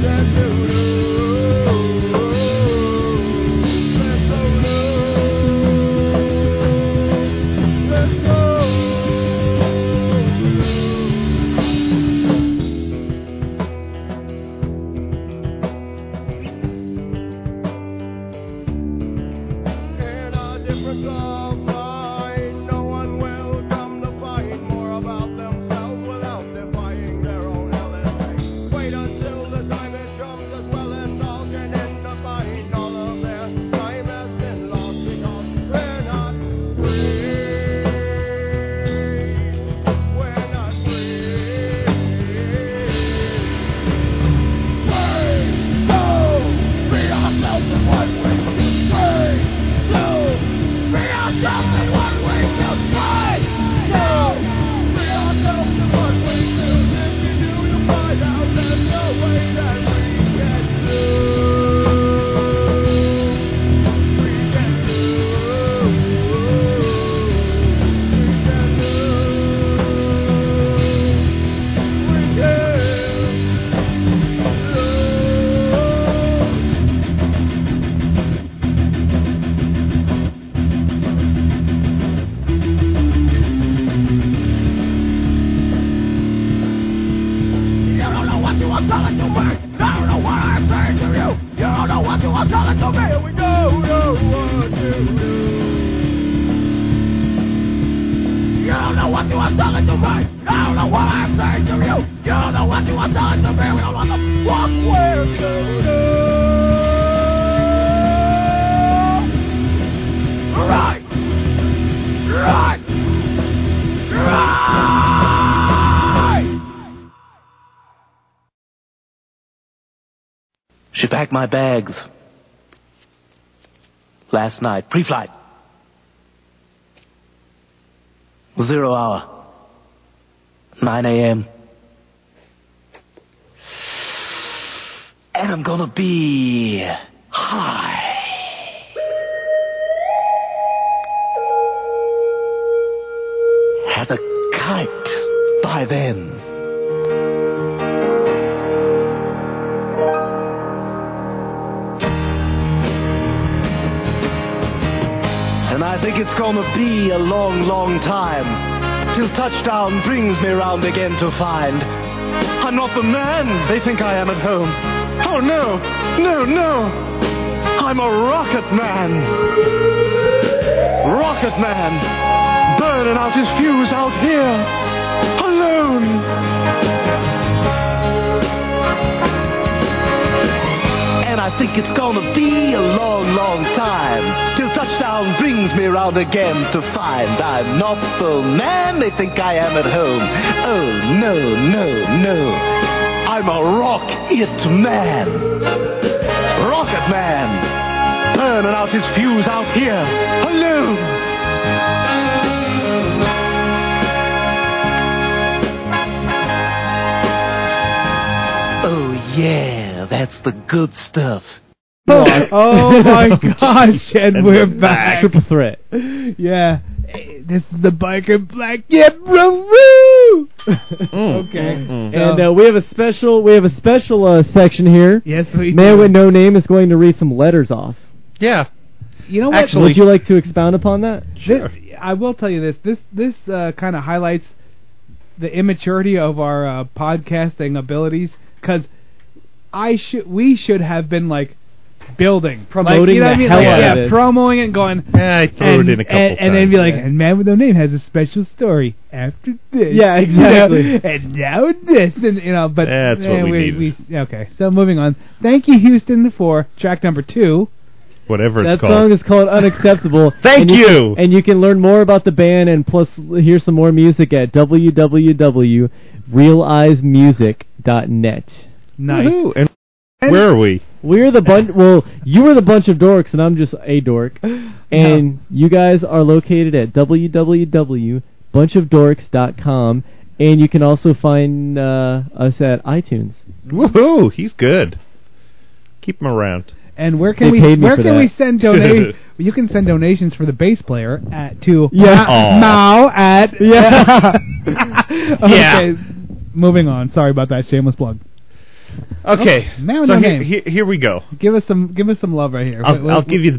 S12: That you do. That's so new. Let's go. In a difference of mind, no one will come to find more about themselves without defying their own hell and fate. Wait until the time it comes, as well as all can end up buying all of their time has been lost because we're not free. We're not free. Free, no, free ourselves in one way. Free. Oh You don't know what you are telling to me. I don't know what I'm saying to you. You don't know what you are telling to me. We don't know what you do. You don't know what you are telling to me. I don't know what I'm saying to you. You don't know what you are telling to me. We don't want to walk with you. Right. Right. Right.
S13: She packed my bags last night, pre flight. Zero hour, 9 a.m. And I'm gonna be high high. Had a kite by then. And I think it's gonna be a long, long time till touchdown brings me round again to find I'm not the man they think I am at home. Oh no, no, no! I'm a rocket man! Rocket man! Burning out his fuse out here! Alone! And I think it's gonna be a long, long time till touchdown brings me round again to find I'm not the man they think I am at home. Oh, no, no, no. I'm a rock it man. Rocket man. Burning out his fuse out here. Alone. Oh, yeah, that's the good stuff.
S8: oh my gosh, and,
S13: And
S8: we're
S13: we're
S8: back.
S13: back.
S10: Triple threat.
S8: Yeah. Eh, This is the biker black. Yeah, bro. Woo! okay.
S10: And uh, we have a special we have a special uh, section here.
S8: Yes, we
S10: Man
S8: do.
S10: with no name is going to read some letters off.
S9: Yeah.
S8: You know what?
S10: would you like to expound upon that?
S8: This, I will tell you this. This this uh, kind of highlights the immaturity of our uh, podcasting abilities because I should we should have been like building like,
S10: Promoting
S8: you know
S10: the
S8: what I mean?
S10: hell
S8: Like,
S10: out
S8: yeah,
S10: of it.
S8: promoting it, and going.
S9: Yeah, I threw
S8: and,
S9: it in a couple
S8: and, and then
S9: times.
S8: be like, and man with no name has a special story after this.
S10: Yeah,
S8: You know,
S10: exactly.
S8: and now this, and you know, but
S9: That's what
S8: eh,
S9: we
S8: we,
S9: needed.
S8: we- okay, so moving on. Thank you, Houston, for track number two.
S9: Whatever
S10: That
S9: it's called.
S10: song is called Unacceptable.
S9: Thank
S10: and
S9: you.
S10: can- and you can learn more about the band and plus hear some more music at www.realizemusic.net.
S8: Nice.
S9: Woohoo. And where are we?
S10: We're the bunch. well, you are the bunch of dorks, and I'm just a dork. And you guys are located at www.bunchofdorks.com, and you can also find uh, us at iTunes.
S9: Woohoo! He's good. Keep him around.
S8: And where can
S10: They
S8: we
S10: paid me
S8: where
S10: for
S8: can we
S10: that.
S8: send donations? you can send donations for the bass player at to
S10: Yeah.
S9: Aw.
S8: Mao at
S10: Yeah.
S8: okay. Moving on. Sorry about that shameless plug.
S9: Okay.
S8: Now
S9: so
S8: no
S9: here,
S8: name.
S9: here, here we go.
S8: Give us some give us some love right here.
S9: I'll,
S8: Wait, wait,
S9: I'll give you the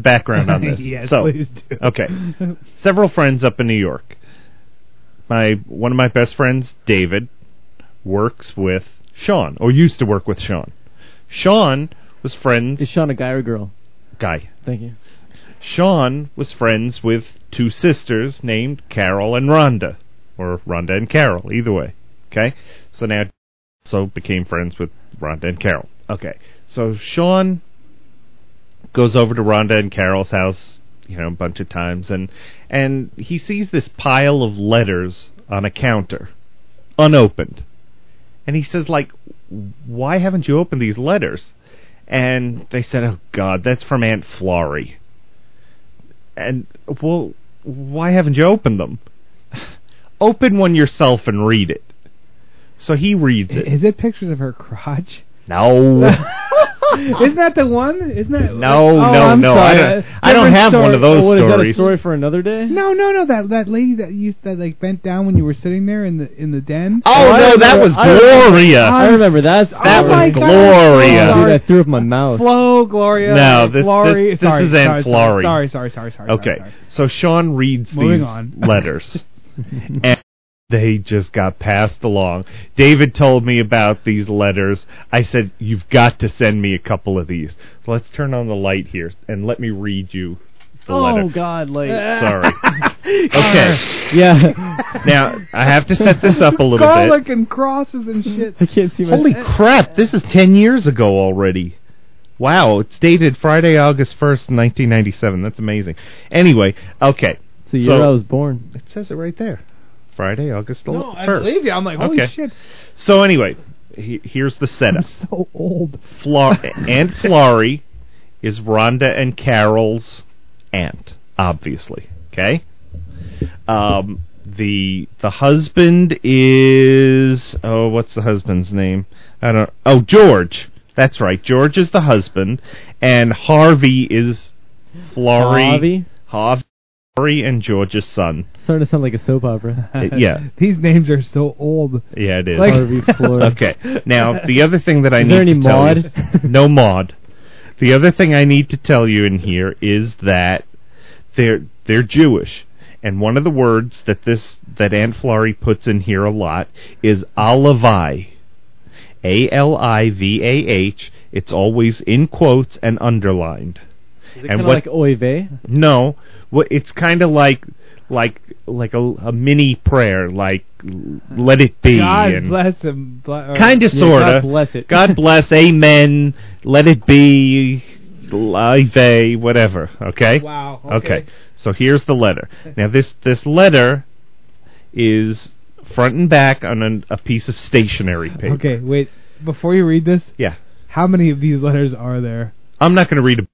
S9: background on this.
S8: Yes,
S9: so,
S8: please do.
S9: Okay. Several friends up in New York. My one of my best friends, David, works with Sean, or used to work with Sean. Sean was friends
S10: Is Sean a guy or a girl?
S9: guy.
S10: Thank you.
S9: Sean was friends with two sisters named Carol and Rhonda, or Rhonda and Carol, either way. Okay, so now also became friends with Rhonda and Carol. Okay, so Sean goes over to Rhonda and Carol's house, you know, a bunch of times, and and he sees this pile of letters on a counter, unopened, and he says like, "Why haven't you opened these letters?" And they said, "Oh God, that's from Aunt Florrie." and well, why haven't you opened them? Open one yourself and read it. So he reads it.
S8: Is it pictures of her crotch?
S9: no,
S8: Isn't that the one? Isn't that
S9: no,
S8: Oh,
S9: no,
S8: I'm
S9: no. I
S8: sorry.
S9: don't, I don't
S8: Different
S9: have one
S8: story.
S9: of those
S10: oh, what, is that a
S9: stories.
S10: story for another day?
S8: No, no, no. That that lady that used that like bent down when you were sitting there in the in the den.
S9: Oh,
S10: I
S9: no, that
S10: remember-
S9: was
S10: I remember-
S9: Gloria.
S10: I remember that.
S9: That
S8: Oh
S9: was
S8: my God,
S9: Gloria.
S8: I'm
S10: Dude,
S8: sorry.
S10: I threw up my mouth.
S8: Flo, Gloria,
S9: No, this-
S8: Florrie.
S9: this- this
S8: sorry,
S9: is Aunt
S8: sorry,
S9: Florrie.
S8: Sorry, sorry, sorry, sorry.
S9: okay,
S8: sorry, sorry.
S9: so Sean reads
S8: Moving
S9: these
S8: on.
S9: letters, and they just got passed along. David told me about these letters. I said, "You've got to send me a couple of these." So let's turn on the light here and let me read you the letter.
S10: Oh God, like
S9: Sorry. okay.
S10: yeah,
S9: Now I have to set this up a little
S8: Garlic
S9: bit.
S8: and crosses and shit.
S10: I can't see my.
S9: Holy crap! This is ten years ago already. Wow, it's dated Friday, August first, nineteen ninety-seven. That's amazing. Anyway, okay.
S10: it's the year
S9: so-
S10: I was born.
S9: It says it right there. Friday, August Mm-hmm. first.
S8: No, I believe you. I'm like, holy
S9: Okay.
S8: shit.
S9: So anyway, he- here's the setup.
S8: So old.
S9: Flor- Aunt Florrie is Rhonda and Carol's aunt, obviously. Okay. Um, the the husband is oh, what's the husband's name? I don't. Oh, George. That's right. George is the husband, and Harvey is Florrie.
S10: Harvey?
S9: Harvey Florrie and George's son.
S10: Starting to sound like a soap opera.
S9: Uh, yeah.
S8: These names are so old.
S9: Yeah, it is.
S8: Like-
S10: Harvey Floyd.
S9: okay. Now, the other thing that I
S10: Is
S9: need
S10: there any
S9: to tell
S10: Maude?
S9: you, no mod. The other thing I need to tell you in here is that they're they're Jewish, and one of the words that this that Aunt Florrie puts in here a lot is alivai, a l i v a h. It's always in quotes and underlined.
S10: Is it
S9: and
S10: kinda
S9: what-
S10: like Oy vey?
S9: No, what it's kind of like like like a, a mini prayer, like let it be.
S8: God
S9: and-
S8: bless him. uh, Bl-
S9: kind of, sort of.
S10: God bless it.
S9: God bless. Amen. Let it be. Live, eh, whatever. Okay.
S8: Wow,
S9: Okay.
S8: okay.
S9: So here's the letter. Now this this letter is front and back on an, a piece of stationery paper.
S8: Okay, wait. Before you read this,
S9: Yeah.
S8: how many of these letters are there?
S9: I'm not going to read a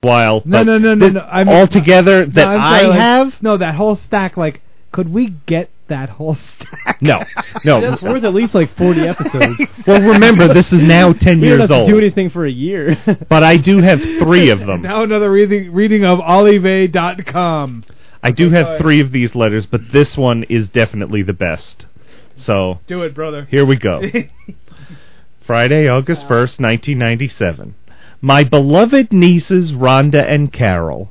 S9: while.
S8: No,
S9: but
S8: no, no, no,
S9: th-
S8: no, I mean-
S9: altogether that
S8: No, I'm
S9: I
S8: sorry, like-
S9: have.
S8: No, that whole stack. Like, could we get that whole stack?
S9: No, no.
S10: That's worth at least like 40 episodes.
S9: well, remember this is now ten
S10: We don't have
S9: years
S10: to
S9: old,
S10: do anything for a year.
S9: but I do have three of them.
S8: Now another reading reading of Olive.com.
S9: I do
S8: sorry.
S9: have three of these letters, but this one is definitely the best. So
S8: Do it, brother.
S9: here we go. Friday, August 1st, 1997. My beloved nieces, Rhonda and Carol.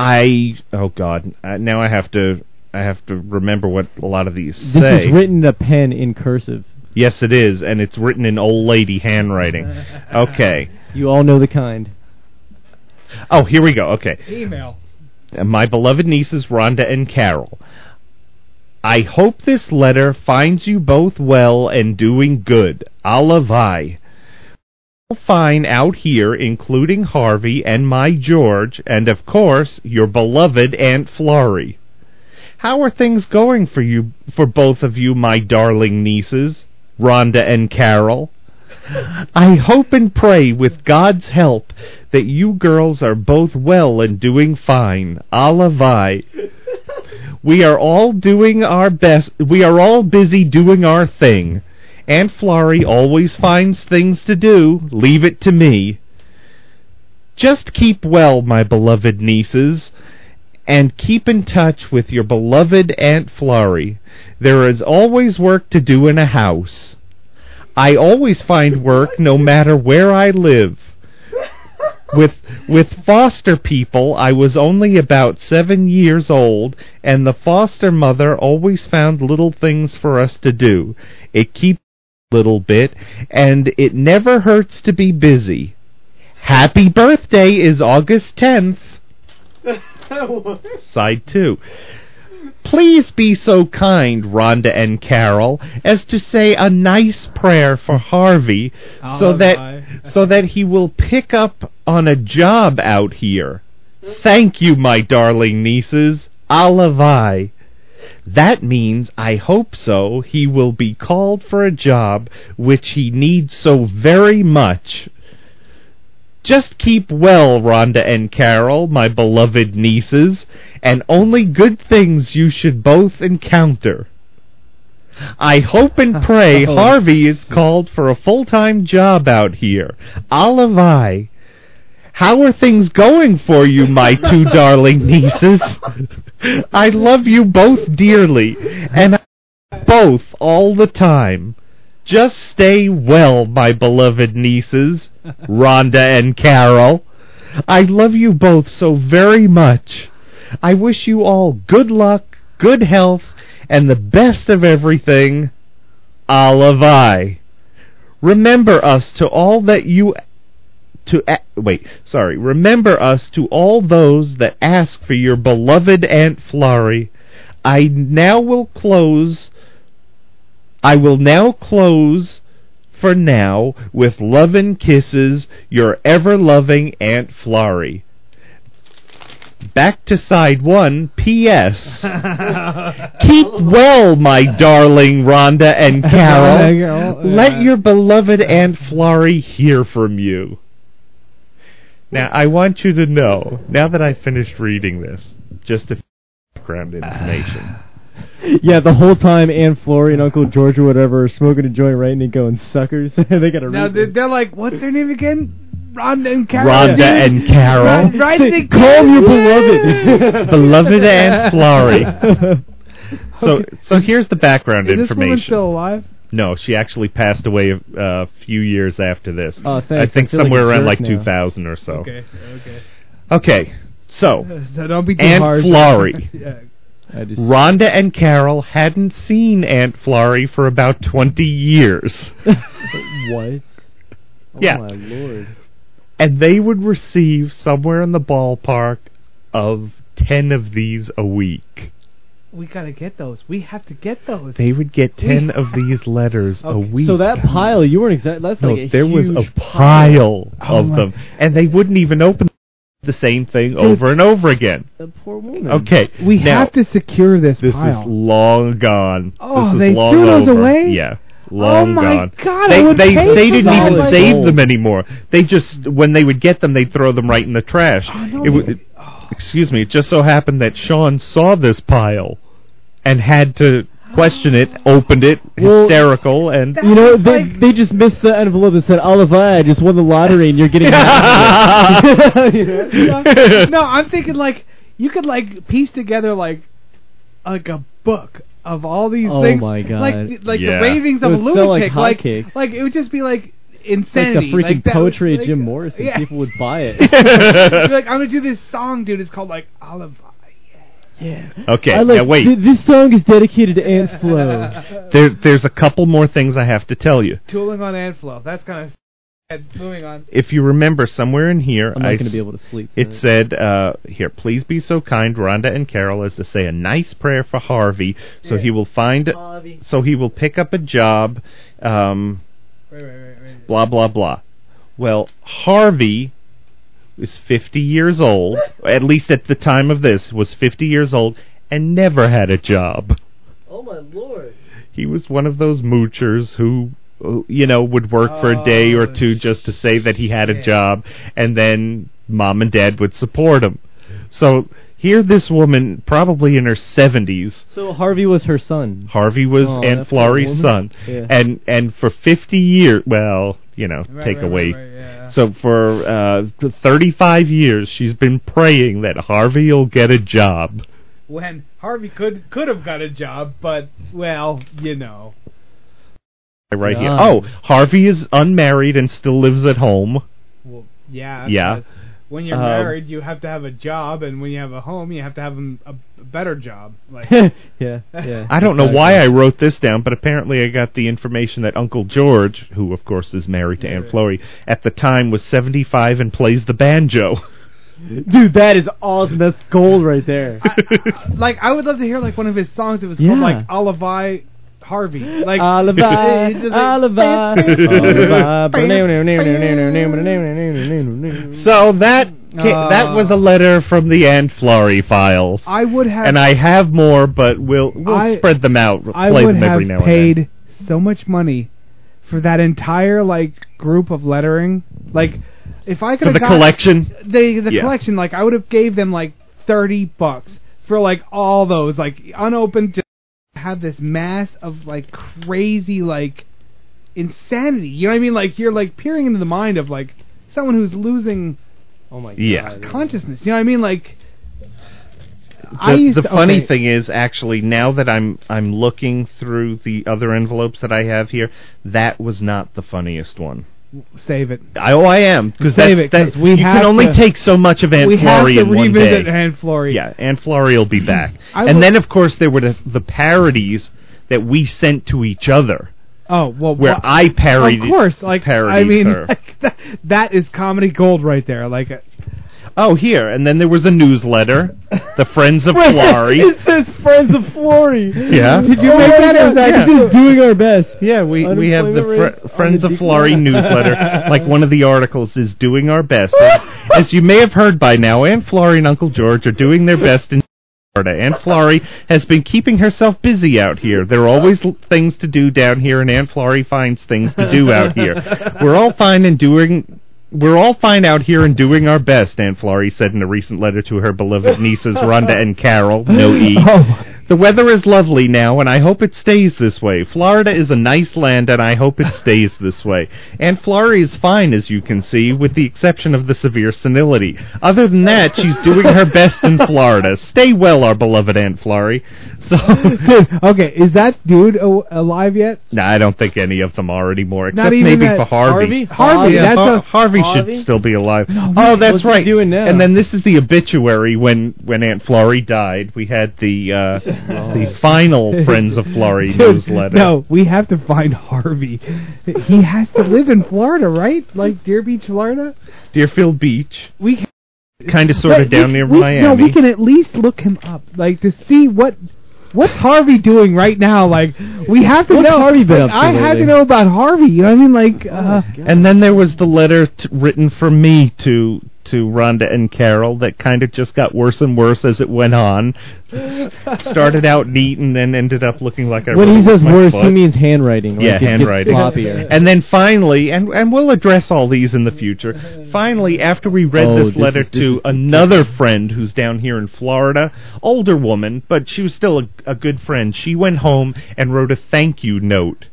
S9: I oh god, uh, now I have to I have to remember what a lot of these
S10: this
S9: say.
S10: is written in a pen in cursive.
S9: yes, it is, and it's written in old lady handwriting. Okay.
S10: You all know the kind.
S9: Oh, here we go. Okay.
S8: Email.
S9: and my beloved nieces Rhonda and Carol. I hope this letter finds you both well and doing good. Alavai. All fine out here, including Harvey and my George, and of course your beloved Aunt Florrie. How are things going for you, for both of you, my darling nieces, Rhonda and Carol? I hope and pray with God's help that you girls are both well and doing fine. Alavai. We are all doing our best. We are all busy doing our thing. Aunt Florrie always finds things to do. Leave it to me. Just keep well, my beloved nieces, and keep in touch with your beloved Aunt Florrie. There is always work to do in a house. I always find work no matter where I live. With with foster people, I was only about 7 years old and the foster mother always found little things for us to do. It keeps a little bit and it never hurts to be busy. Happy birthday is August 10th. Side 2. Please be so kind, Rhonda and Carol, as to say a nice prayer for Harvey so that so that he will pick up on a job out here. Thank you, my darling nieces. Alavai. That means I hope so he will be called for a job which he needs so very much. Just keep well, Rhonda and Carol, my beloved nieces, and only good things you should both encounter. I hope and pray
S12: Oh.
S9: Harvey is called for a full time job out here. Olivai. How are things going for you, my two darling nieces? I love you both dearly, and I love both all the time. Just stay well, my beloved nieces, Rhonda and Carol. I love you both so very much. I wish you all good luck, good health, and the best of everything. Olivai. Remember us to all that you to a- wait, sorry. Remember us to all those that ask for your beloved Aunt Florrie. I now will close. I will now close for now with love and kisses, your ever loving Aunt Florrie. Back to side one. P.S. Keep well, my darling Rhonda and Carol. Let your beloved Aunt Florrie hear from you. Now, I want you to know, now that I finished reading this, just a f- background information.
S10: yeah, the whole time Anne Flory and Uncle George or whatever are smoking a joint right and they going suckers. they gotta
S8: Now
S10: read
S8: they're, they're like, what's their name again? Rhonda and Carol.
S9: Rhonda
S8: dude.
S9: and Carol.
S8: Rhonda and
S10: Calm your
S8: beloved.
S9: Beloved Anne Flory. So,
S8: Okay.
S9: so here's the background
S8: Is this woman
S9: information.
S8: still alive?
S9: No, she actually passed away a uh, few years after this.
S8: Oh, thanks.
S9: I
S8: I
S9: think
S8: feel like
S9: somewhere
S8: a
S9: around
S8: jerk
S9: like
S8: now.
S9: 2000 or so.
S8: Okay, okay.
S9: Okay, so
S8: So don't be too
S9: Anne
S8: harsh.
S9: Florry.
S8: yeah.
S9: Rhonda and Carol hadn't seen Aunt Florrie for about 20 years.
S10: what? Oh
S9: Yeah.
S10: my lord.
S9: and they would receive somewhere in the ballpark of 10 of these a week.
S8: We gotta get those. We have to get those.
S9: They would get 10 of these letters a week.
S10: So that pile, you weren't exactly. That's
S9: No,
S10: like a
S9: there was a
S10: huge
S9: pile
S10: Oh
S9: of
S10: my-
S9: them, and they wouldn't even open the same thing over and over again.
S10: The poor woman.
S9: Okay,
S8: Mm. We
S9: now,
S8: have to secure this,
S9: This
S8: pile.
S9: is long gone.
S8: Oh,
S9: this is
S8: they
S9: long
S8: threw those
S9: over.
S8: away? Oh
S9: Yeah, long
S8: my
S9: gone.
S8: God, I
S9: they
S8: would
S9: they
S8: pay
S9: they
S8: for
S9: didn't
S8: that. oh.
S9: even
S8: Solid
S9: save
S8: gold.
S9: them anymore. They just when they would get them, they throw them right in the trash.
S8: no
S9: it, would-
S8: way.
S9: excuse me. It just so happened that Sean saw this pile and had to question it, opened it, hysterical, and
S10: You know, they they just missed the envelope that said Olive I just won the lottery and you're getting.
S8: no, no, I'm thinking like you could like piece together like like a book of all these
S10: Oh
S8: things.
S10: my God.
S8: Like like
S10: Yeah.
S8: the ravings
S10: It
S8: of a
S10: would sell like
S8: lunatic. Like
S10: hotcakes.
S8: like it would just be like
S10: Like
S8: insanity.
S10: the freaking
S8: that would-
S10: poetry of
S8: like-
S10: Jim Morrison,
S8: Yeah.
S10: people would buy
S8: Be
S10: it.
S8: like I'm gonna do this song, dude. It's called like Olive.
S10: yeah.
S9: Okay,
S10: I like,
S9: now wait.
S10: th- this song is dedicated to Aunt Flo.
S9: There, there's a couple more things I have to tell you.
S8: Tooling on Anflow. That's kind of moving on.
S9: If you remember, somewhere in here,
S10: I'm not
S9: I
S10: gonna
S9: s-
S10: be able to sleep
S9: It said, uh, "Here, please be so kind, Rhonda and Carol, as to say a nice prayer for Harvey, so he will find, so he will pick up a job." Um, blah blah blah. Well, Harvey is 50 years old, at least at the time of this, was 50 years old and never had a job.
S10: Oh my lord.
S9: He was one of those moochers who who, you know would work for a day or two
S10: Oh,
S9: just to say that he had a job and then mom and dad would support him. So here this woman probably in her 70s
S10: So Harvey was her son.
S9: Harvey was
S10: Oh,
S9: Aunt
S10: that's a woman.
S9: Florrie's son,
S10: Yeah.
S9: and and for fifty years, well, you know,
S10: Right,
S9: take
S10: right,
S9: away. So for uh, th- thirty-five years, she's been praying that Harvey will get a job.
S8: When Harvey could could have got a job, but well, you know.
S9: Right here.
S8: God.
S9: Oh, Harvey is unmarried and still lives at home.
S8: Well, yeah.
S9: Yeah.
S8: because When you're
S9: Um,
S8: married, you have to have a job, and when you have a home, you have to have a, a- a better job. Like,
S10: yeah, yeah.
S9: I don't know why I wrote this down, but apparently I got the information that Uncle George, who of course is married to Aunt Florrie, at the time was seventy-five and plays the banjo.
S10: Dude, that is awesome. That's gold right there.
S8: like I would love to hear like one of his songs. It was
S10: Yeah.
S8: called like Olivi Harvey. Like
S10: Olivi,
S8: it's just like-
S9: So that ca-
S8: Ah.
S9: that was a letter from the Aunt Florrie files.
S8: I would have.
S9: and I have more, but we'll we'll
S8: I-
S9: spread them out.
S8: I
S9: play
S8: would
S9: them
S8: have
S9: every now and
S8: paid so much money for that entire like group of lettering. Like, if I could
S9: the collection?
S8: the the
S9: Yeah.
S8: collection, like I would have gave them like thirty bucks for like all those like unopened. Just have this mass of like crazy like insanity. You know what I mean? Like you're like peering into the mind of like someone who's losing
S10: Oh my
S9: God. Yeah.
S8: consciousness. You know what I mean? Like I
S9: then.
S8: used
S9: The, the
S8: to-
S9: funny
S8: okay.
S9: thing is, actually, now that I'm I'm looking through the other envelopes that I have here, that was not the funniest one.
S8: save it.
S9: I, oh, I am because
S8: Save
S9: that's,
S8: it,
S9: that's
S8: 'cause we
S9: you can
S8: have
S9: only
S8: to-
S9: take so much of Aunt
S8: we have
S9: Florrie
S8: to
S9: in one
S8: revisit
S9: day.
S8: Aunt Florrie.
S9: Yeah, Aunt Florrie will be back,
S8: I
S9: and
S8: will-
S9: then of course there were the, the parodies that we sent to each other.
S8: Oh well,
S9: where
S8: wha-
S9: I parried.
S8: Of course, like I
S9: parodied
S8: mean,
S9: her.
S8: like, that, that is comedy gold right there. Like, uh,
S9: oh here, and then there was a newsletter, the Friends of Florrie.
S10: It says Friends of Flory.
S9: Yeah.
S10: Did you
S9: Oh,
S10: make
S9: yeah,
S10: that? up?
S9: yeah.
S10: Just doing our best. Yeah,
S9: We, we have the fr- Friends of Florrie
S10: Flory
S9: newsletter. Like one of the articles is doing our best. As, as you may have heard by now, Aunt Florrie and Uncle George are doing their best in Florida. Aunt Florrie has been keeping herself busy out here. There are always l- things to do down here, and Aunt Florrie finds things to do out here. We're all fine and doing. We're all fine out here and doing our best, Aunt Florrie said in a recent letter to her beloved nieces Rhonda and Carol, no E, The weather is lovely now, and I hope it stays this way. Florida is a nice land, and I hope it stays this way. And Florrie is fine, as you can see, with the exception of the severe senility. Other than that, she's doing her best in Florida. Stay well, our beloved Aunt Florrie. So,
S8: okay, is that dude a- alive yet?
S9: nah, I don't think any of them are anymore, except
S8: Not even
S9: maybe
S8: that-
S9: for
S8: Harvey?
S9: Harvey.
S8: Harvey,
S9: yeah,
S8: that's
S9: Har-
S8: a-
S9: Harvey,
S8: Harvey?
S9: should still be alive.
S8: wait,
S9: oh, that's
S8: what's he
S9: right.
S8: doing now?
S9: And then this is the obituary when when Aunt Florrie died. We had the uh, the final Friends of Florrie
S8: Dude,
S9: newsletter.
S8: No, we have to find Harvey. He has to live in Florida, right? Like Deer Beach, Florida.
S9: Deerfield Beach,
S8: We
S9: kind of sort of
S8: But we-
S9: down near
S8: we-
S9: Miami.
S8: No, we can at least look him up, like to see what what's Harvey doing right now. Like we have to
S9: What's
S8: know.
S9: Harvey been up to
S8: I have
S9: lately?
S8: to know about Harvey. You know what I mean? Like, uh,
S9: and then there was the letter t- written from me to to Rhonda and Carol that kind of just got worse and worse as it went on. Started out neat and then ended up looking like I
S10: When he
S9: wrote
S10: says
S9: my
S10: worse,
S9: book.
S10: he means handwriting. like,
S9: yeah,
S10: it gets
S9: handwriting.
S10: Sloppier.
S9: And then finally, and and we'll address all these in the future. Finally, after we read
S10: Oh,
S9: this
S10: this
S9: letter
S10: is- this
S9: to
S10: is-
S9: another friend who's down here in Florida, older woman, but she was still a, a good friend. She went home and wrote a thank you note,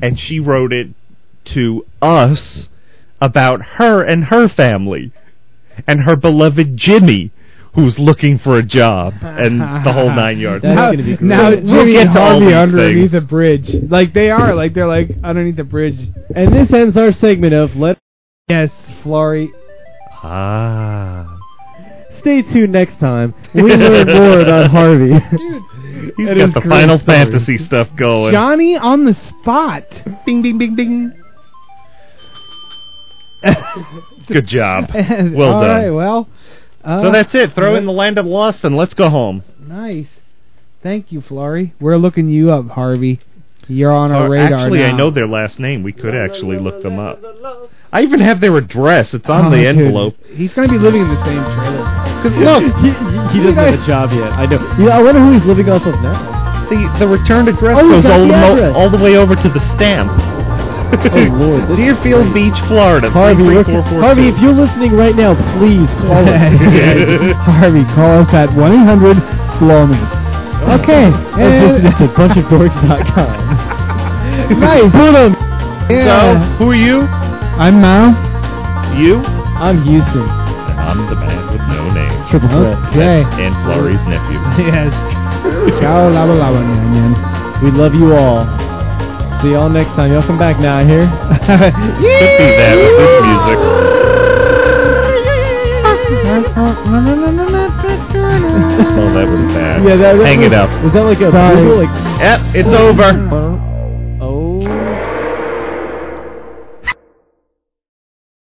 S9: and she wrote it to us about her and her family, and her beloved Jimmy. Who's looking for a job and the whole nine yards?
S8: now, now
S9: We'll
S8: Jimmy
S9: get
S8: and
S9: to all
S8: Harvey
S9: these
S8: underneath
S9: things.
S8: the bridge. Like they are. Like they're like underneath the bridge.
S10: And this ends our segment of Let.
S8: Yes, Florrie.
S9: Ah.
S10: Stay tuned next time. We learn more about Harvey.
S9: He's
S10: That
S9: got
S10: is
S9: the
S10: great
S9: Final
S10: story.
S9: Fantasy stuff going.
S8: Johnny on the spot.
S9: Bing, bing, bing, bing. Good job. Well done.
S8: All right, well, uh,
S9: so that's it. Throw in the land of lost and let's go home.
S8: Nice. Thank you, Florrie. We're looking you up, Harvey. You're on our
S10: Oh,
S9: Or
S8: radar
S9: actually,
S8: now.
S9: I know their last name. We could actually look them up. I even have their address. It's on the
S8: Oh, dude.
S9: envelope.
S8: He's going to be living in the same trailer.
S9: Because look,
S10: he, he doesn't have a job yet. I know. Yeah, I wonder who he's living off of now.
S9: the the return address
S10: Oh, he's
S9: goes
S10: got the
S9: all, mo-
S10: address.
S9: all the way over to the stamp.
S10: Oh lord, this
S9: Deerfield Beach, Florida.
S10: Harvey, we're-
S9: 33442.
S10: Harvey, if you're listening right now, please call us.
S8: Harvey, call us at 1 800 Blow Me. E. Okay.
S10: That's
S8: and-
S10: just at bunchofdorks.com.
S8: nice.
S9: So,
S8: Yeah.
S9: who are you?
S8: I'm Mao.
S9: You?
S10: I'm Houston.
S9: I'm the man with no name.
S10: Triple threat.
S8: Okay.
S9: Yes, and Florrie's nephew.
S8: Yes. Ciao, la la la, la, man.
S10: We love you all. See y'all next time. Y'all come back now. I hear.
S9: Could be that with this music. Oh, that was bad.
S10: Yeah, that, that
S9: Hang
S10: was,
S9: it up.
S10: Was that like a
S8: Sorry.
S10: Google, like
S9: Yep, it's over.